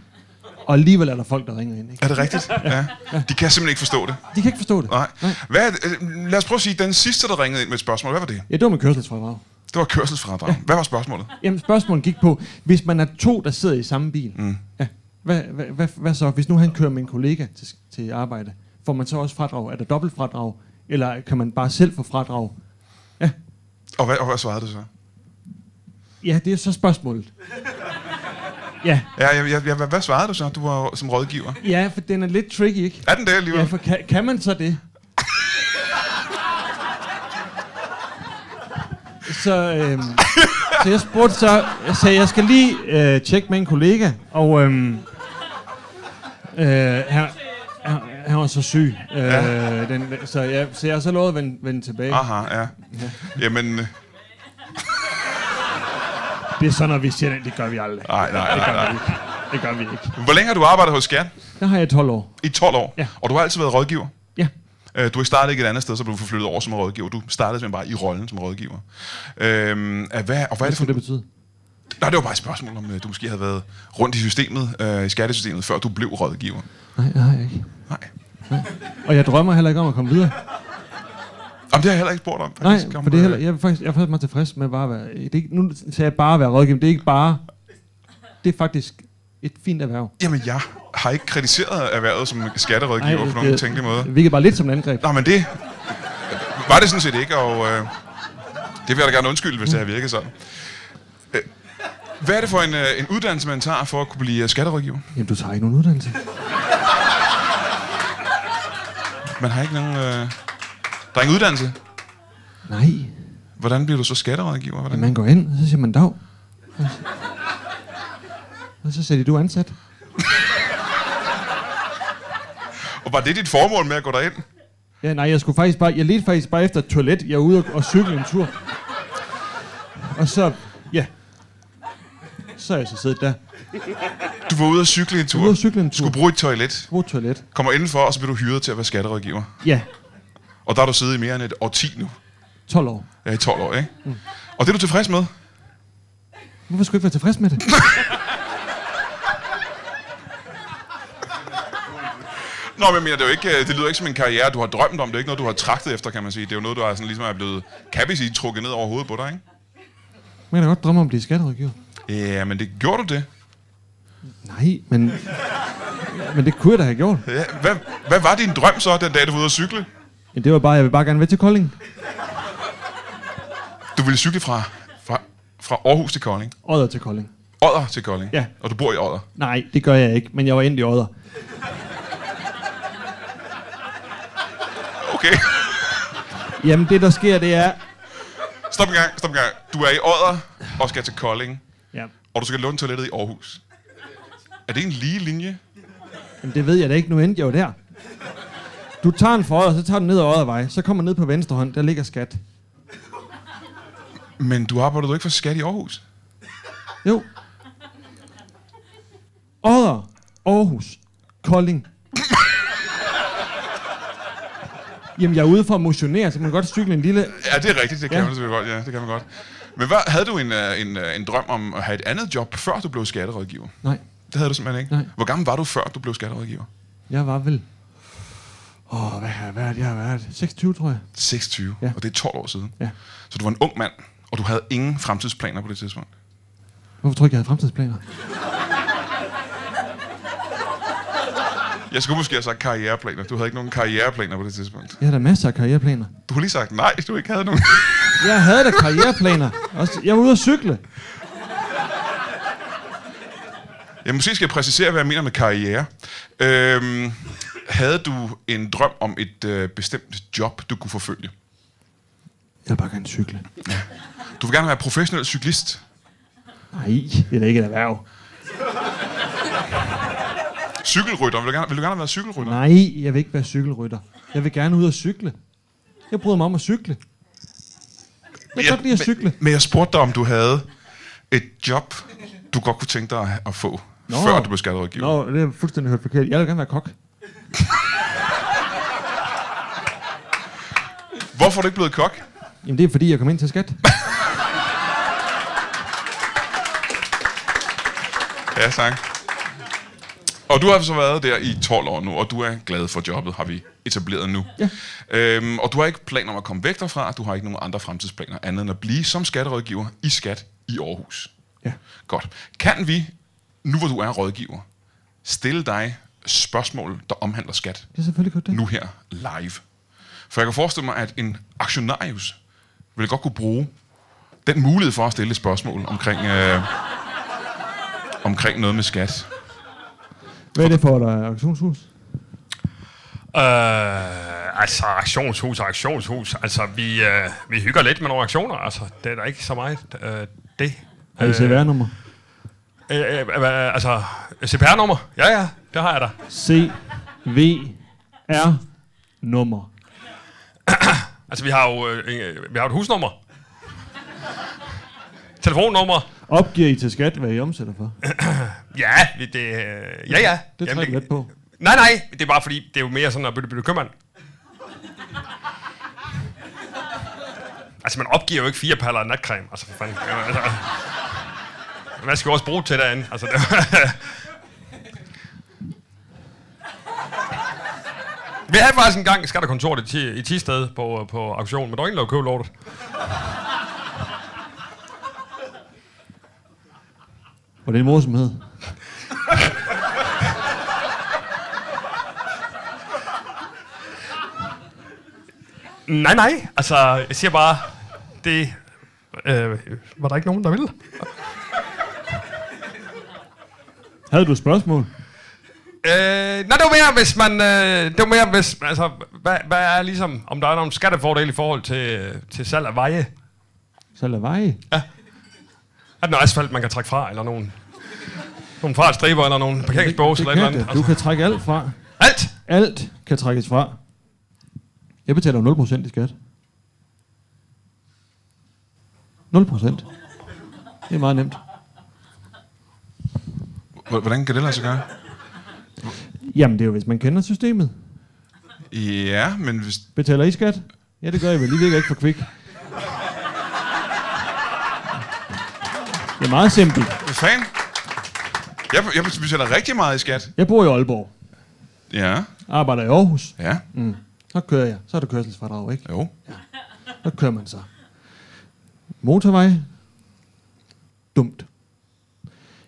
S5: Og alligevel er der folk, der ringer ind, ikke?
S4: Er det rigtigt? Ja. De kan simpelthen ikke forstå det.
S5: De kan ikke forstå det.
S4: Nej. Hvad er det? øh, Lad os prøve at sige, den sidste, der ringede ind med et spørgsmål, hvad var det?
S5: Ja, det var med kørselsfradrag.
S4: Det var kørselsfradrag. Hvad var spørgsmålet?
S5: Jamen, spørgsmålet gik på, hvis man er to, der sidder i samme bil, mm. ja, hvad, hvad, hvad, hvad så? Hvis nu han kører med en kollega til, til arbejde, får man så også fradrag? Er der dobbelt fradrag? Eller kan man bare selv få fradrag?
S4: Og hvad, og hvad svarede du så?
S5: Ja, det er så spørgsmålet. Ja,
S4: Ja, ja, ja, ja, hvad, hvad svarede du så? Du var jo som rådgiver.
S5: ja, for den er lidt tricky, ikke?
S4: Er den det alligevel?
S5: Ja, for kan, kan man så det? Så, øhm, så jeg spurgte så, jeg sagde, jeg skal lige øh, tjekke med en kollega, og øhm, øh, han, han, han var så syg, øh, ja. den, så, jeg, så jeg har så lovet at vende, vende tilbage. Ah.
S4: Aha, ja. Jamen, øh,
S5: Det er sådan, når vi siger det, det gør vi aldrig.
S4: nej, nej, nej, nej.
S5: Det gør vi ikke.
S4: Hvor længe har du arbejdet hos Skat?
S5: Der har jeg 12 år.
S4: I 12 år.
S5: Ja.
S4: Og du har altid været rådgiver.
S5: Ja.
S4: Øh, Du startede ikke et andet sted, så blev du flyttet over som rådgiver. Du startede simpelthen bare i rollen som rådgiver. Øhm, at hvad, og hvad er
S5: Hvad
S4: det for...
S5: skulle det betyde?
S4: Nej, det var bare et spørgsmål, om øh, du måske havde været rundt i systemet, øh, i skattesystemet, før du blev rådgiver.
S5: Nej, det har jeg ikke.
S4: Nej.
S5: Og jeg drømmer heller ikke om at komme videre.
S4: Jamen, det har jeg heller ikke spurgt om.
S5: Nej,
S4: faktisk, om,
S5: for det er
S4: øh,
S5: heller, jeg, er faktisk, jeg er faktisk meget tilfreds med bare at være... Det er ikke, nu sagde jeg bare at være rådgiver, men det er ikke bare... Det er faktisk et fint erhverv.
S4: Jamen, jeg har ikke kritiseret erhvervet som skatterådgiver på nogen tænkelig måde.
S5: altså, Det virker bare lidt som en angreb.
S4: Nej, men det var det sådan set ikke, og øh, det vil jeg da gerne undskylde, hvis det har virket sådan. Øh, Hvad er det for en, øh, en uddannelse, man tager for at kunne blive øh, skatterådgiver?
S5: Jamen, du tager ikke nogen uddannelse.
S4: Man har ikke nogen... Øh... Der er ingen uddannelse.
S5: Nej,
S4: Hvordan bliver du så skatterådgiver? Hvordan?
S5: man går ind, og så siger man dag. Og så siger de, du er ansat.
S4: Og var det dit formål med at gå derind?
S5: Ja, nej, jeg skulle faktisk bare, jeg ledte faktisk bare efter et toilet. Jeg er ude og, og cykle en tur. Og så, ja. Så er jeg så siddet der.
S4: Du var ude at cykle en tur.
S5: Ude og cykle en tur.
S4: Skulle bruge et toilet.
S5: Bruge toilet.
S4: Kommer indenfor, og så bliver du hyret til at være skatterådgiver.
S5: Ja,
S4: Og der har du siddet i mere end et årti nu.
S5: 12 år.
S4: Ja, i 12 år, ikke? Mm. Og det er du tilfreds med?
S5: Hvorfor skulle jeg ikke være tilfreds med det?
S4: Nå, men jeg mener, det, er jo ikke, øh, det lyder ikke som en karriere, du har drømt om. Det er ikke noget, du har tragtet efter, kan man sige. Det er jo noget, du har sådan, ligesom er blevet, kan vi sige, trukket ned over hovedet på dig, ikke?
S5: Man kan da godt drømme om at blive skatterådgiver.
S4: Ja, men det gjorde du det.
S5: Nej, men... Men det kunne jeg da have gjort.
S4: Ja, hvad, hvad var din drøm så, den dag, du var ude at cykle?
S5: Men det var bare, jeg vil bare gerne være til Kolding.
S4: Du ville cykle fra, fra, fra Aarhus til Kolding.
S5: Odder til Kolding.
S4: Odder til Kolding.
S5: Ja.
S4: Og du bor i Odder.
S5: Nej, det gør jeg ikke, men jeg var endt i Odder.
S4: Okay.
S5: Jamen, det der sker, det er...
S4: Stop en gang, stop en gang. Du er i Odder og skal til Kolding,
S5: Ja,
S4: og du skal låne toilettet i Aarhus. Er det en lige linje?
S5: jamen, det ved jeg da ikke. Nu endte jeg jo der. Du tager en for Odder, så tager du ned ad Oddervej. Så kommer ned på venstre hånd, der ligger skat.
S4: Men du arbejder jo ikke for skat i Aarhus.
S5: Jo. Odder, Aarhus, Kolding. Jamen, jeg er ude for at motionere, så man kan godt cykle en lille...
S4: Ja, det er rigtigt. Det kan ja.
S5: Ja.
S4: man selvfølgelig godt. Ja, det kan man godt. Men hvad, havde du en, øh, en, øh, en drøm om at have et andet job, før du blev skatterådgiver?
S5: Nej,
S4: Det havde du simpelthen ikke.
S5: Nej.
S4: Hvor gammel var du, før du blev skatterådgiver?
S5: jeg var vel... Åh, oh, hvad har jeg været? Jeg har været 26, tror jeg.
S4: 26, ja.
S5: Ja.
S4: og det er 12 år siden.
S5: Ja.
S4: Så du var en ung mand, og du havde ingen fremtidsplaner på det tidspunkt.
S5: Hvorfor tror jeg ikke, jeg havde fremtidsplaner?
S4: Jeg skulle måske have sagt karriereplaner. Du havde ikke nogen karriereplaner på det tidspunkt.
S5: Jeg har da masser af karriereplaner.
S4: Du har lige sagt nej, du ikke havde nogen.
S5: Jeg havde da karriereplaner. Også, jeg var ude at cykle.
S4: Jeg måske skal jeg præcisere, hvad jeg mener med karriere. Øhm, havde du en drøm om et øh, bestemt job, du kunne forfølge?
S5: Jeg vil bare gerne cykle.
S4: Du vil gerne være professionel cyklist.
S5: Nej, det er da ikke et erhverv.
S4: Cykelrytter. Vil du gerne, vil du gerne være cykelrytter?
S5: Nej, jeg vil ikke være cykelrytter. Jeg vil gerne ud og cykle. Jeg bryder mig om at cykle. Jeg kan godt lide at cykle.
S4: Men, men jeg spurgte dig, om du havde et job, du godt kunne tænke dig at få, Nå.
S5: Nå.
S4: før du blev skatterådgiver. Nå.
S5: Nå, det er fuldstændig hørt forkert. Jeg vil gerne være kok.
S4: Hvorfor er du ikke blevet kok?
S5: Jamen, det er fordi, jeg kom ind til skat.
S4: Ja, tak. Og du har så været der i 12 år nu, og du er glad for jobbet, har vi etableret nu.
S5: Ja.
S4: Øhm, og du har ikke planer om at komme væk derfra, du har ikke nogen andre fremtidsplaner, andet end at blive som skatterådgiver i Skat i Aarhus.
S5: Ja.
S4: Godt. Kan vi, nu hvor du er rådgiver, stille dig spørgsmål, der omhandler skat?
S5: Det er selvfølgelig godt det.
S4: nu her live. For jeg kan forestille mig, at en aktionarius ville godt kunne bruge den mulighed for at stille et spørgsmål omkring, øh, omkring noget med skat.
S5: Hvad er det for dig, auktionshus?
S3: Øh, altså, aktionshus og aktionshus. Altså, vi, øh, vi hygger lidt med nogle aktioner. Altså, det er der ikke så meget. Øh, det.
S5: Har I CVR-nummer?
S3: Øh, øh, øh, øh, altså, CPR-nummer? Ja, ja, det har jeg da.
S5: CVR-nummer.
S3: Altså, vi har jo øh, øh, vi har et husnummer. Telefonnummer.
S5: Opgiver I til skat, hvad I omsætter for?
S3: Ja, vi- det, øh, ja, ja.
S5: Det trækker jeg let på.
S3: Nej, nej, det er bare fordi, det er jo mere sådan at bytte, bytte købmand. Altså, man opgiver jo ikke fire paller af natcreme. Altså, for fanden. Ja, Altså, hvad skal vi også bruge til derinde? Altså, det, vi havde faktisk engang skatterkontoret i, Thi- i Tisted på, på auktion, men der var ingen, der ville købe lortet.
S5: Var det en morsomhed?
S3: Nej, nej. Altså, jeg siger bare, det øh, var der ikke nogen, der ville.
S5: Havde du et spørgsmål?
S3: Øh, nej, det var mere, hvis man... Øh, det var mere, hvis... Altså,
S6: hvad, hvad er ligesom, om der er nogle skattefordele i forhold til, til salg af veje?
S5: Så lad veje.
S6: Er der noget asfalt, man kan trække fra, eller nogen, nogle fartstriber, eller nogle parkeringsbås, eller et eller andet?
S5: Du
S6: Altså,
S5: kan trække alt fra.
S6: alt!
S5: Alt kan trækkes fra. Jeg betaler jo 0% i skat. 0%. Det er meget nemt.
S4: H- Hvordan kan det lade sig gøre?
S5: Jamen, det er jo, hvis man kender systemet.
S4: Ja, men hvis...
S5: Betaler I skat? Ja, det gør jeg vel. I virker ikke for kvik. Det er meget simpelt.
S4: Hvad fanden? Jeg, jeg betaler rigtig meget i skat.
S5: Jeg bor i Aalborg.
S4: Ja,
S5: Arbejder i Aarhus.
S4: ja,
S5: Mm. Så kører jeg. Så er der kørselsfradrag, ikke?
S4: jo.
S5: Så kører man så. Motorvej. Dumt.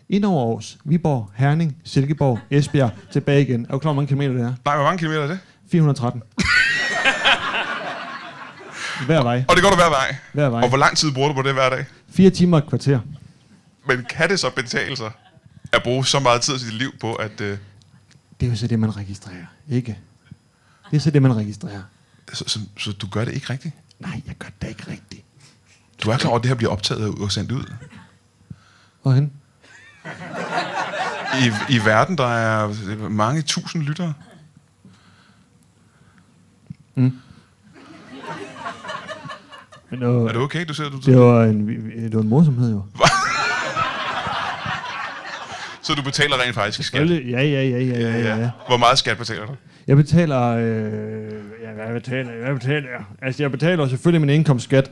S5: Ind over Aarhus, Viborg, Herning, Silkeborg, Esbjerg, tilbage igen. Er du klar, over, hvor mange kilometer det er?
S4: Nej, hvor mange kilometer er det?
S5: 413. Hver vej.
S4: Og det går du hver vej.
S5: Hver vej.
S4: Og hvor lang tid bruger du på det hver dag?
S5: 4 timer og et kvarter.
S4: Men kan det så betale sig at bruge så meget tid af sit liv på, at øh,
S5: Det er jo så det, man registrerer, ikke? Det er så det, man registrerer.
S4: så, så, så du gør det ikke rigtigt?
S5: Nej, jeg gør det ikke rigtigt.
S4: Du er klar over, at det her bliver optaget og sendt ud?
S5: Hvorhen?
S4: I, i verden, der er mange tusind lyttere.
S5: Men det var,
S4: øh, Er det okay, du sidder? Du,
S5: det var en, det var en morsomhed, jo.
S4: så du betaler rent faktisk skat?
S5: Selvfølgelig. Ja, ja, ja, ja, ja, ja, ja.
S4: Hvor meget skat betaler du?
S5: Jeg betaler... Øh, ja, hvad betaler jeg? Hvad betaler jeg? Altså, jeg betaler selvfølgelig min indkomstskat.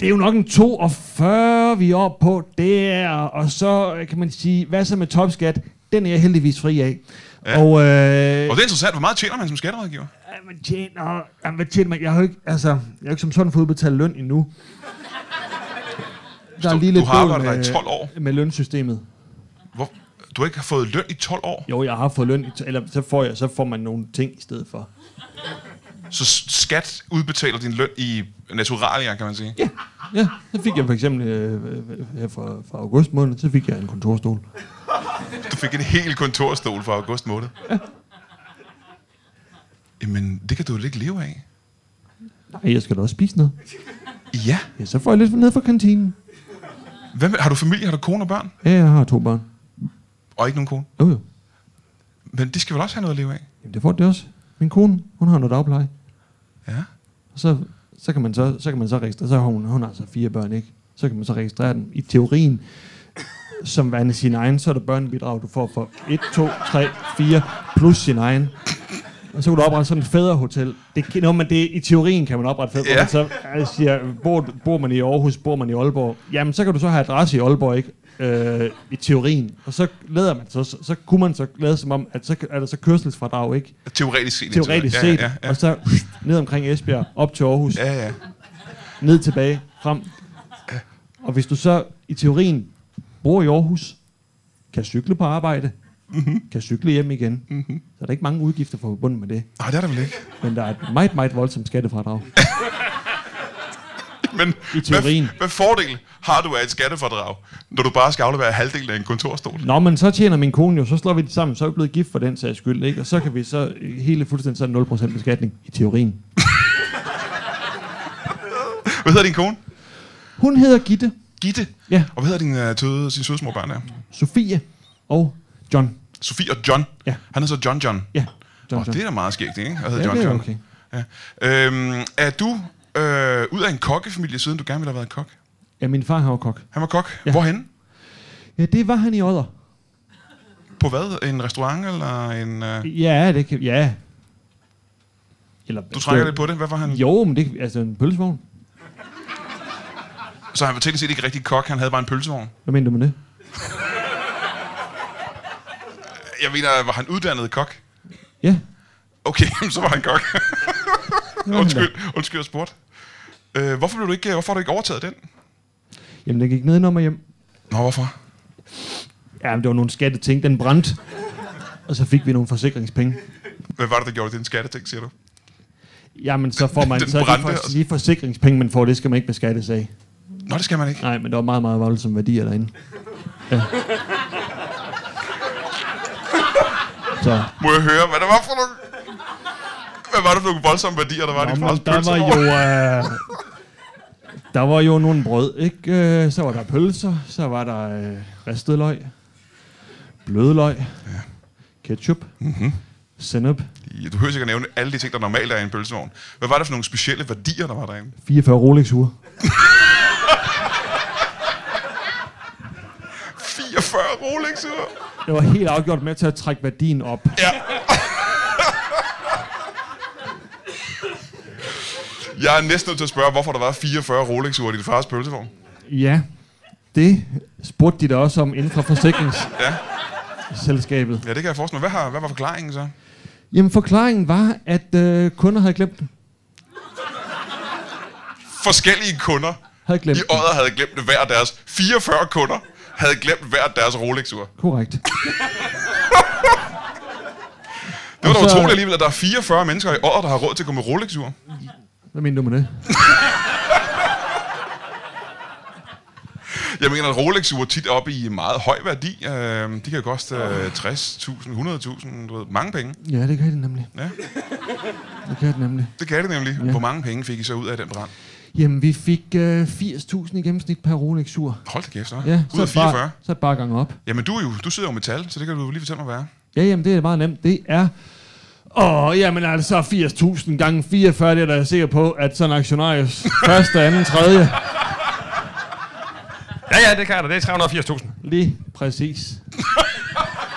S5: Det er jo nok en 42, vi er oppe på der. Og så øh, kan man sige, hvad så med topskat? Den er jeg heldigvis fri af. Ja. Og, øh,
S4: Og det er interessant, hvor meget tjener man som skatterådgiver?
S5: Ej, man tjener... Ej, man tjener man, jeg har jo ikke, altså, jeg har jo ikke som sådan fået udbetalt løn endnu. Der
S4: Du- du har
S5: bøvl
S4: arbejdet der i 12 år.
S5: med lønsystemet.
S4: Hvor, du har ikke fået løn i 12 år,
S5: Jo, jeg har fået løn, i t- eller så får, jeg, så får man nogle ting i stedet for.
S4: så s- skat udbetaler din løn i naturalia, kan man sige.
S5: Ja, ja så fik jeg for eksempel øh, øh, her fra, fra august måned, så fik jeg en kontorstol.
S4: Du fik en hel kontorstol fra august måned. Jamen, det kan du jo ikke leve af.
S5: Nej, jeg skal da også spise noget.
S4: Ja.
S5: Ja, så får jeg lidt ned fra kantinen.
S4: Hvad med, har du familie? Har du kone og børn?
S5: Ja, jeg har to børn.
S4: Og ikke nogen kone.
S5: Jo, jo.
S4: Men de skal vel også have noget at leve af?
S5: Jamen, det får det også. Min kone, hun har noget dagpleje.
S4: Ja.
S5: Og så, så, kan man så, så kan man så registrere, så har hun, hun har altså fire børn, ikke? Så kan man så registrere den i teorien, som værende sin egen, så er der børnebidrag, du får for 1, 2, 3, 4, plus sin egen. Og så kan du oprette sådan et fædrehotel. Det, kan- nå, men det, I teorien kan man oprette fædre.
S4: Ja.
S5: Ja. Så altså, siger, bor, bor, man i Aarhus, bor man i Aalborg. Jamen, så kan du så have adresse i Aalborg, ikke? Øh, I teorien. Og så lader man så, så, så kunne man så lade som om, at så er der så kørselsfradrag, ikke?
S4: Teoretisk set.
S5: Teoretisk
S4: Ja,
S5: set.
S4: ja, ja.
S5: Og så ned omkring Esbjerg, op til Aarhus
S4: ja, ja.
S5: ned tilbage, frem. Og hvis du så i teorien bor i Aarhus, kan cykle på arbejde, mm-hmm. kan cykle hjem igen, mm-hmm. så er der ikke mange udgifter forbundet med det.
S4: Ej, det er der vel ikke.
S5: Men der er et meget, meget voldsomt skattefradrag.
S4: Men
S5: I teorien.
S4: Hvad, hvad fordel har du af et skattefradrag, når du bare skal aflevere halvdelen af en kontorstol?
S5: Nå, men så tjener min kone jo, så slår vi det sammen, så er vi blevet gift for den sags skyld, ikke? Og så kan vi så øh, hele fuldstændig sådan 0% beskatning i teorien.
S4: Hvad hedder din kone?
S5: Hun hedder Gitte,
S4: Gitte.
S5: Ja.
S4: Og hvad hedder din uh, tøde, sin søde små børn der?
S5: Sofie og John.
S4: Sofie og John.
S5: Ja.
S4: Han er så John John.
S5: Ja, John,
S4: Oh, det er da meget skægt, ikke? Jeg hedder
S5: Ja,
S4: John
S5: det er
S4: John.
S5: okay.
S4: Ja. Øhm, er du øh, ud af en kokkefamilie, siden du gerne ville have været kok?
S5: Ja, min far har jo kok.
S4: Han var kok. Ja. Hvorhen?
S5: Ja, det var han i Odder.
S4: På hvad? En restaurant eller en... Øh...
S5: Ja, det kan... Ja. Eller,
S4: Du trækker lidt på det. Hvad var han?
S5: Jo, men det altså en pølsevogn.
S4: Så han var teknisk set ikke rigtig kok, han havde bare en pølsevogn.
S5: Hvad mener du med det?
S4: Jeg mener, var han uddannet kok?
S5: Ja,
S4: Okay, så var han kok.
S5: det var
S4: undskyld,
S5: han
S4: undskyld, jeg spurgte. Øh, hvorfor, blev du ikke, hvorfor har du ikke overtaget den?
S5: da. Jamen, den gik nedenom og hjem.
S4: Nå, hvorfor?
S5: Ja, men det var nogle skatteting, den brændte. Og så fik vi nogle forsikringspenge.
S4: Hvad var det, der gjorde det? En skatteting, siger du?
S5: Jamen, så får man
S4: Den
S5: så de,
S4: brændte
S5: for,
S4: også.
S5: de forsikringspenge, man får, det skal man ikke beskattes af.
S4: Nå, det skal man ikke.
S5: Nej, men der var meget, meget voldsomme værdier derinde. Ja. Så.
S4: Må jeg høre, hvad der var for nogle... Hvad var det for nogle voldsomme værdier, der var i din
S5: Nå,
S4: fars
S5: men der var jo... Øh, der var jo nogle brød, ikke? Øh, Så var der pølser, så var der øh, ristet løg, blødløg, ketchup, mm-hmm. sennep,
S4: jo... Du behøver sikkert nævne alle de ting, der normalt er i en pølsevogn. Hvad var det for nogle specielle værdier, der var derinde?
S5: 44 Rolex-ure.
S4: 44 Rolex -ure.
S5: Det var helt afgjort med til at trække værdien op.
S4: Ja. Jeg er næsten nødt til at spørge, hvorfor der var 44 rolex i din fars pølsevogn.
S5: Ja, det spurgte de da også om inden for forsikringsselskabet.
S4: Ja, det kan jeg forestille mig. Hvad, har, hvad var forklaringen så?
S5: Jamen, forklaringen var, at øh, kunder havde glemt dem.
S4: Forskellige kunder
S5: Havde glemt
S4: i
S5: dem.
S4: Odder havde glemt hver deres... 44 kunder havde glemt hver deres rolex -ur.
S5: Korrekt.
S4: Det var da
S5: Og så-
S4: utroligt alligevel, at der er 44 mennesker i Odder, der har råd til at gå med rolex -ur.
S5: Hvad mener du med det?
S4: Jeg mener, at rolex -ur tit er oppe i meget høj værdi. Øh, de kan jo koste øh, 60.000, 100.000, du ved, mange penge.
S5: Ja, det kan det nemlig.
S4: Ja.
S5: Det kan det nemlig.
S4: Det kan det nemlig. Hvor mange penge fik I så ud af den brand?
S5: Jamen, vi fik øh, 80.000 i gennemsnit per Rolex-ur.
S4: Hold da kæft, så.
S5: Ja,
S4: Ud af
S5: så, er det
S4: 44.
S5: bare, så er det bare gange op.
S4: Jamen, du, er jo, du sidder jo med tal, så det kan du lige fortælle mig, hvad er.
S5: Ja, jamen, det er meget nemt. Det er... Åh, jamen altså, 80.000 gange 44, det er da jeg sikker på, at sådan en aktionarius første, anden, tredje.
S6: Ja, ja, det kan jeg da. Det er 380.000.
S5: Lige præcis.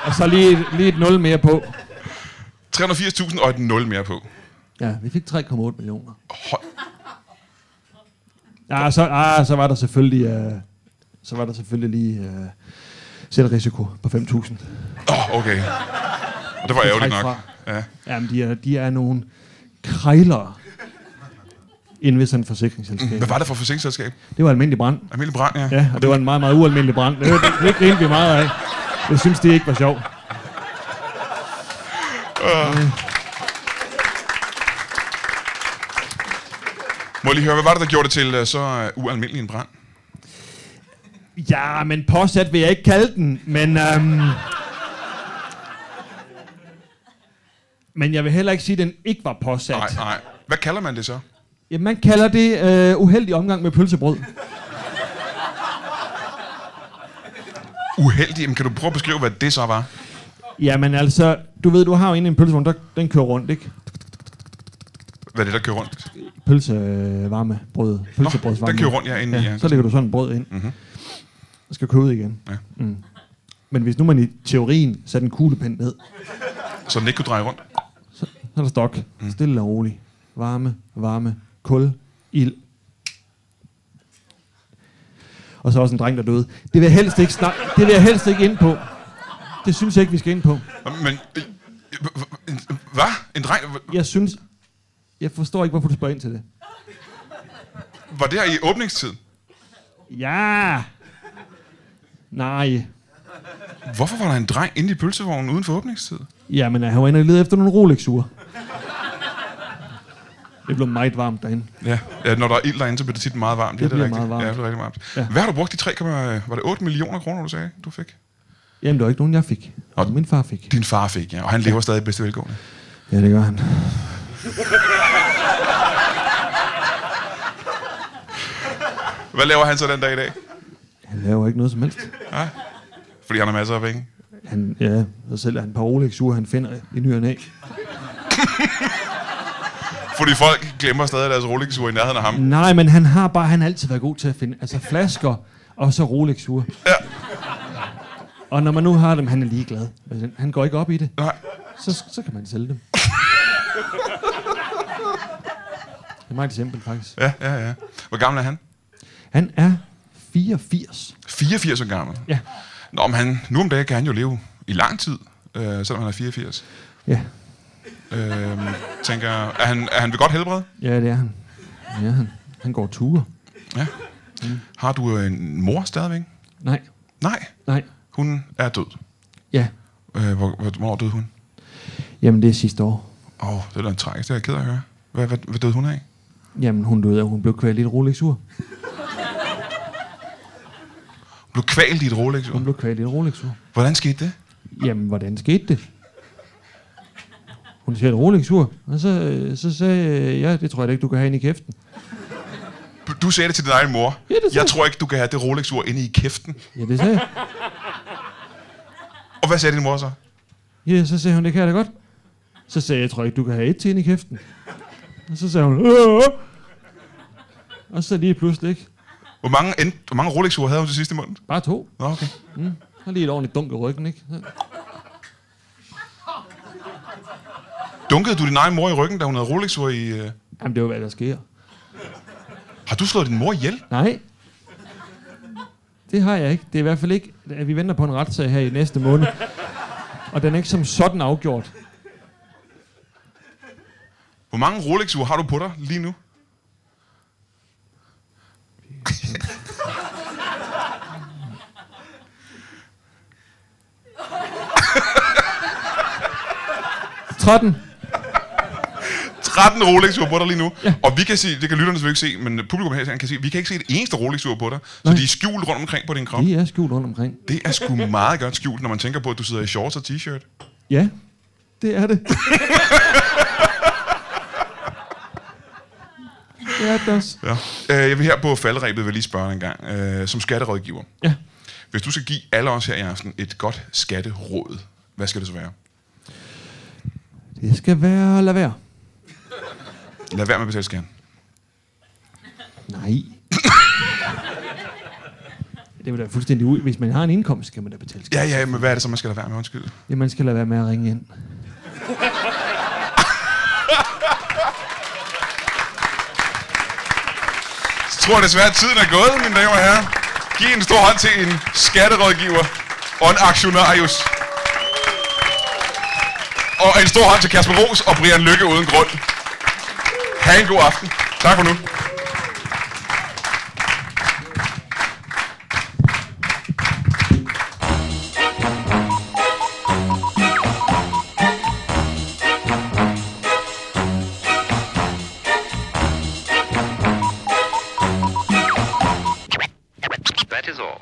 S5: Og så lige, et- lige et nul mere på.
S4: 380.000 og et 0 mere på.
S5: Ja, vi fik 3,8 millioner.
S4: Hold.
S5: Ja, så, ah, så var der selvfølgelig... Øh, så var der selvfølgelig lige øh, selvrisiko på
S4: Åh,
S5: 5.000.
S4: oh, okay. Og det var ærgerligt
S5: trække
S4: nok. Ja.
S5: Jamen, de er, de er nogle krejlere inden ved sådan et forsikringsselskab.
S4: Hvad var det for forsikringsselskab?
S5: Det var almindelig brand.
S4: Almindelig brand, ja.
S5: Ja, og det var en meget, meget ualmindelig brand. Det, det, det grinte vi meget af. Jeg synes, det ikke var sjovt.
S4: Må jeg lige høre, hvad var det, der gjorde det til øh, så uh, ualmindelig en brand?
S5: Ja, men påsat vil jeg ikke kalde den, men... Øhm, men jeg vil heller ikke sige, at den ikke var påsat.
S4: Nej, nej. Hvad kalder man det så?
S5: Ja, man kalder det øh, uheldig omgang med pølsebrød.
S4: Uheldig? Jamen, kan du prøve at beskrive, hvad det så var?
S5: Jamen altså, du ved, du har jo inde i en pølsevogn, der, den kører rundt, ikke?
S4: Hvad er det, der kører rundt?
S5: pølsevarme øh, brød. Pølsebrødsvarme.
S4: den kører rundt, ja, inde i, ja. Mhm.
S5: ja. Så lægger du sådan en brød ind. Mm-hmm. Og skal købe ud igen.
S4: Ja.
S5: Mm. Men hvis nu man i teorien satte en kuglepind ned,
S4: Så den ikke kunne dreje rundt?
S5: så er der stok. Mm. Stille og roligt. Varme, varme, kul, ild. Og så også en dreng, der døde. Det vil jeg helst ikke, snak- det vil jeg helst ikke ind på. Det synes jeg ikke, vi skal ind på.
S4: Men... øh, øh, øh, Hvad? En dreng?
S5: Jeg synes... Jeg forstår ikke, hvorfor du spørger ind til det.
S4: Var det her i åbningstid?
S5: Ja! Nej.
S4: Hvorfor var der en dreng inde i pølsevognen uden for åbningstid?
S5: Jamen, øh, han var inde og lede efter nogle Rolex-ure. Det blev meget varmt derinde.
S4: Ja. ja, når der er ild derinde, så bliver det tit meget varmt. Ja,
S5: Det
S4: er
S5: bliver
S4: rigtigt.
S5: meget varmt.
S4: Ja, det bliver rigtig varmt. Ja.
S5: Ja.
S4: Hvad har du brugt de 3, var det 8 millioner kroner, du sagde, du fik?
S5: Jamen, det var ikke nogen, jeg fik.
S4: Nå.
S5: Og min far fik.
S4: Din far fik, ja, og han lever stadig i bedste velgående.
S5: Ja, det gør han.
S4: Hvad laver han så den dag i dag?
S5: Han laver ikke noget som helst.
S4: Fordi han har masser af penge.
S5: Han, ja, så sælger han et par Rolex-ure, han finder i ny og næ.
S4: Fordi folk glemmer stadig deres rolex i nærheden af ham.
S5: Nej, men han har bare, han har altid været god til at finde, altså flasker og så Rolex-ure. Ja. Og når man nu har dem, han er ligeglad. Altså, Han går ikke op i det.
S4: Nej.
S5: Så, så kan man sælge dem. Det er meget simpelt, faktisk.
S4: Ja, ja, ja. Hvor gammel er han?
S5: Han er 84.
S4: 84 år gammel.
S5: Ja.
S4: Nå, men han, nu om dagen kan han jo leve i lang tid, øh, selvom han er 84.
S5: Ja,
S4: Øh, tænker, er han, er han ved godt helbred?
S5: ja det er han. Ja, han. Han går ture.
S4: Ja. Har du øh, en mor stadigvæk?
S5: Nej,
S4: Nej,
S5: nej.
S4: hun er død.
S5: Ja,
S4: Øh, hvor, hvor, hvornår døde hun?
S5: jamen det er sidste år.
S4: Åh, oh, det er da en tragisk, det er jeg ked af at høre. Hvad, hvad, hvad døde hun af?
S5: Jamen hun døde, og hun blev kvalt i et Rolex-ur.
S4: Hun blev kvalt i et rolex
S5: Hun blev kvalt i et Rolex-ur.
S4: Hvordan skete det?
S5: Jamen, hvordan skete det? Hun siger, et Rolex-ur. Og så, øh, så sagde jeg, ja, det tror jeg da ikke, du kan have ind i kæften.
S4: Du, du sagde det til din egen mor.
S5: Ja, det
S4: jeg
S5: sagde jeg.
S4: tror ikke, du kan have det Rolex-ur inde i kæften.
S5: Ja, det sagde jeg.
S4: Og hvad sagde din mor så?
S5: Ja, så sagde hun, det kan jeg da godt. Så sagde jeg, jeg tror ikke, du kan have et til ind i kæften. Og så sagde hun, Åh! Og så lige pludselig, ikke?
S4: Hvor mange, end, hvor mange Rolex-ure havde hun til sidst i munden?
S5: Bare to.
S4: Nå, okay.
S5: Og lige et ordentligt dunk i ryggen, ikke? Så-
S4: Dunkede du din egen mor i ryggen, da hun havde rolex i... Øh...
S5: Jamen, det var, hvad der sker.
S4: Har du slået din mor ihjel?
S5: Nej. Det har jeg ikke. Det er i hvert fald ikke, at vi venter på en retssag her i næste måned. Og den er ikke som sådan afgjort.
S4: Hvor mange rolex har du på dig lige nu?
S5: Så 13.
S4: 13 rolex på dig lige nu. Ja. Og vi kan se, det kan lytterne selvfølgelig ikke se, men publikum her i salen kan se, vi kan ikke se et eneste rolex på dig. Så
S5: Nej.
S4: de er skjult rundt omkring på din krop.
S5: De er skjult rundt omkring.
S4: Det er sgu meget godt skjult, når man tænker på, at du sidder i shorts og t-shirt.
S5: Ja, det er det. det er det også.
S4: Ja. Øh, jeg vil her på faldrebet vil lige spørge en gang, øh, som skatterådgiver.
S5: Ja.
S4: Hvis du skal give alle os her i aften et godt skatteråd, hvad skal det så være?
S5: Det skal være at lade være.
S4: Lad være med at betale skatten.
S5: Nej. det vil da fuldstændig ud. Hvis man har en indkomst, skal man da betale skat.
S4: Ja, ja, men hvad er det så, man skal lade være med? Undskyld.
S5: Ja, man skal lade være med at ringe ind.
S4: Jeg tror desværre, at tiden er gået, mine damer og herrer. Giv en stor hånd til en skatterådgiver og en aktionarius. Og en stor hånd til Kasper Ros og Brian Lykke uden grund. Ha' en god aften. Tak for nu.
S7: That is all.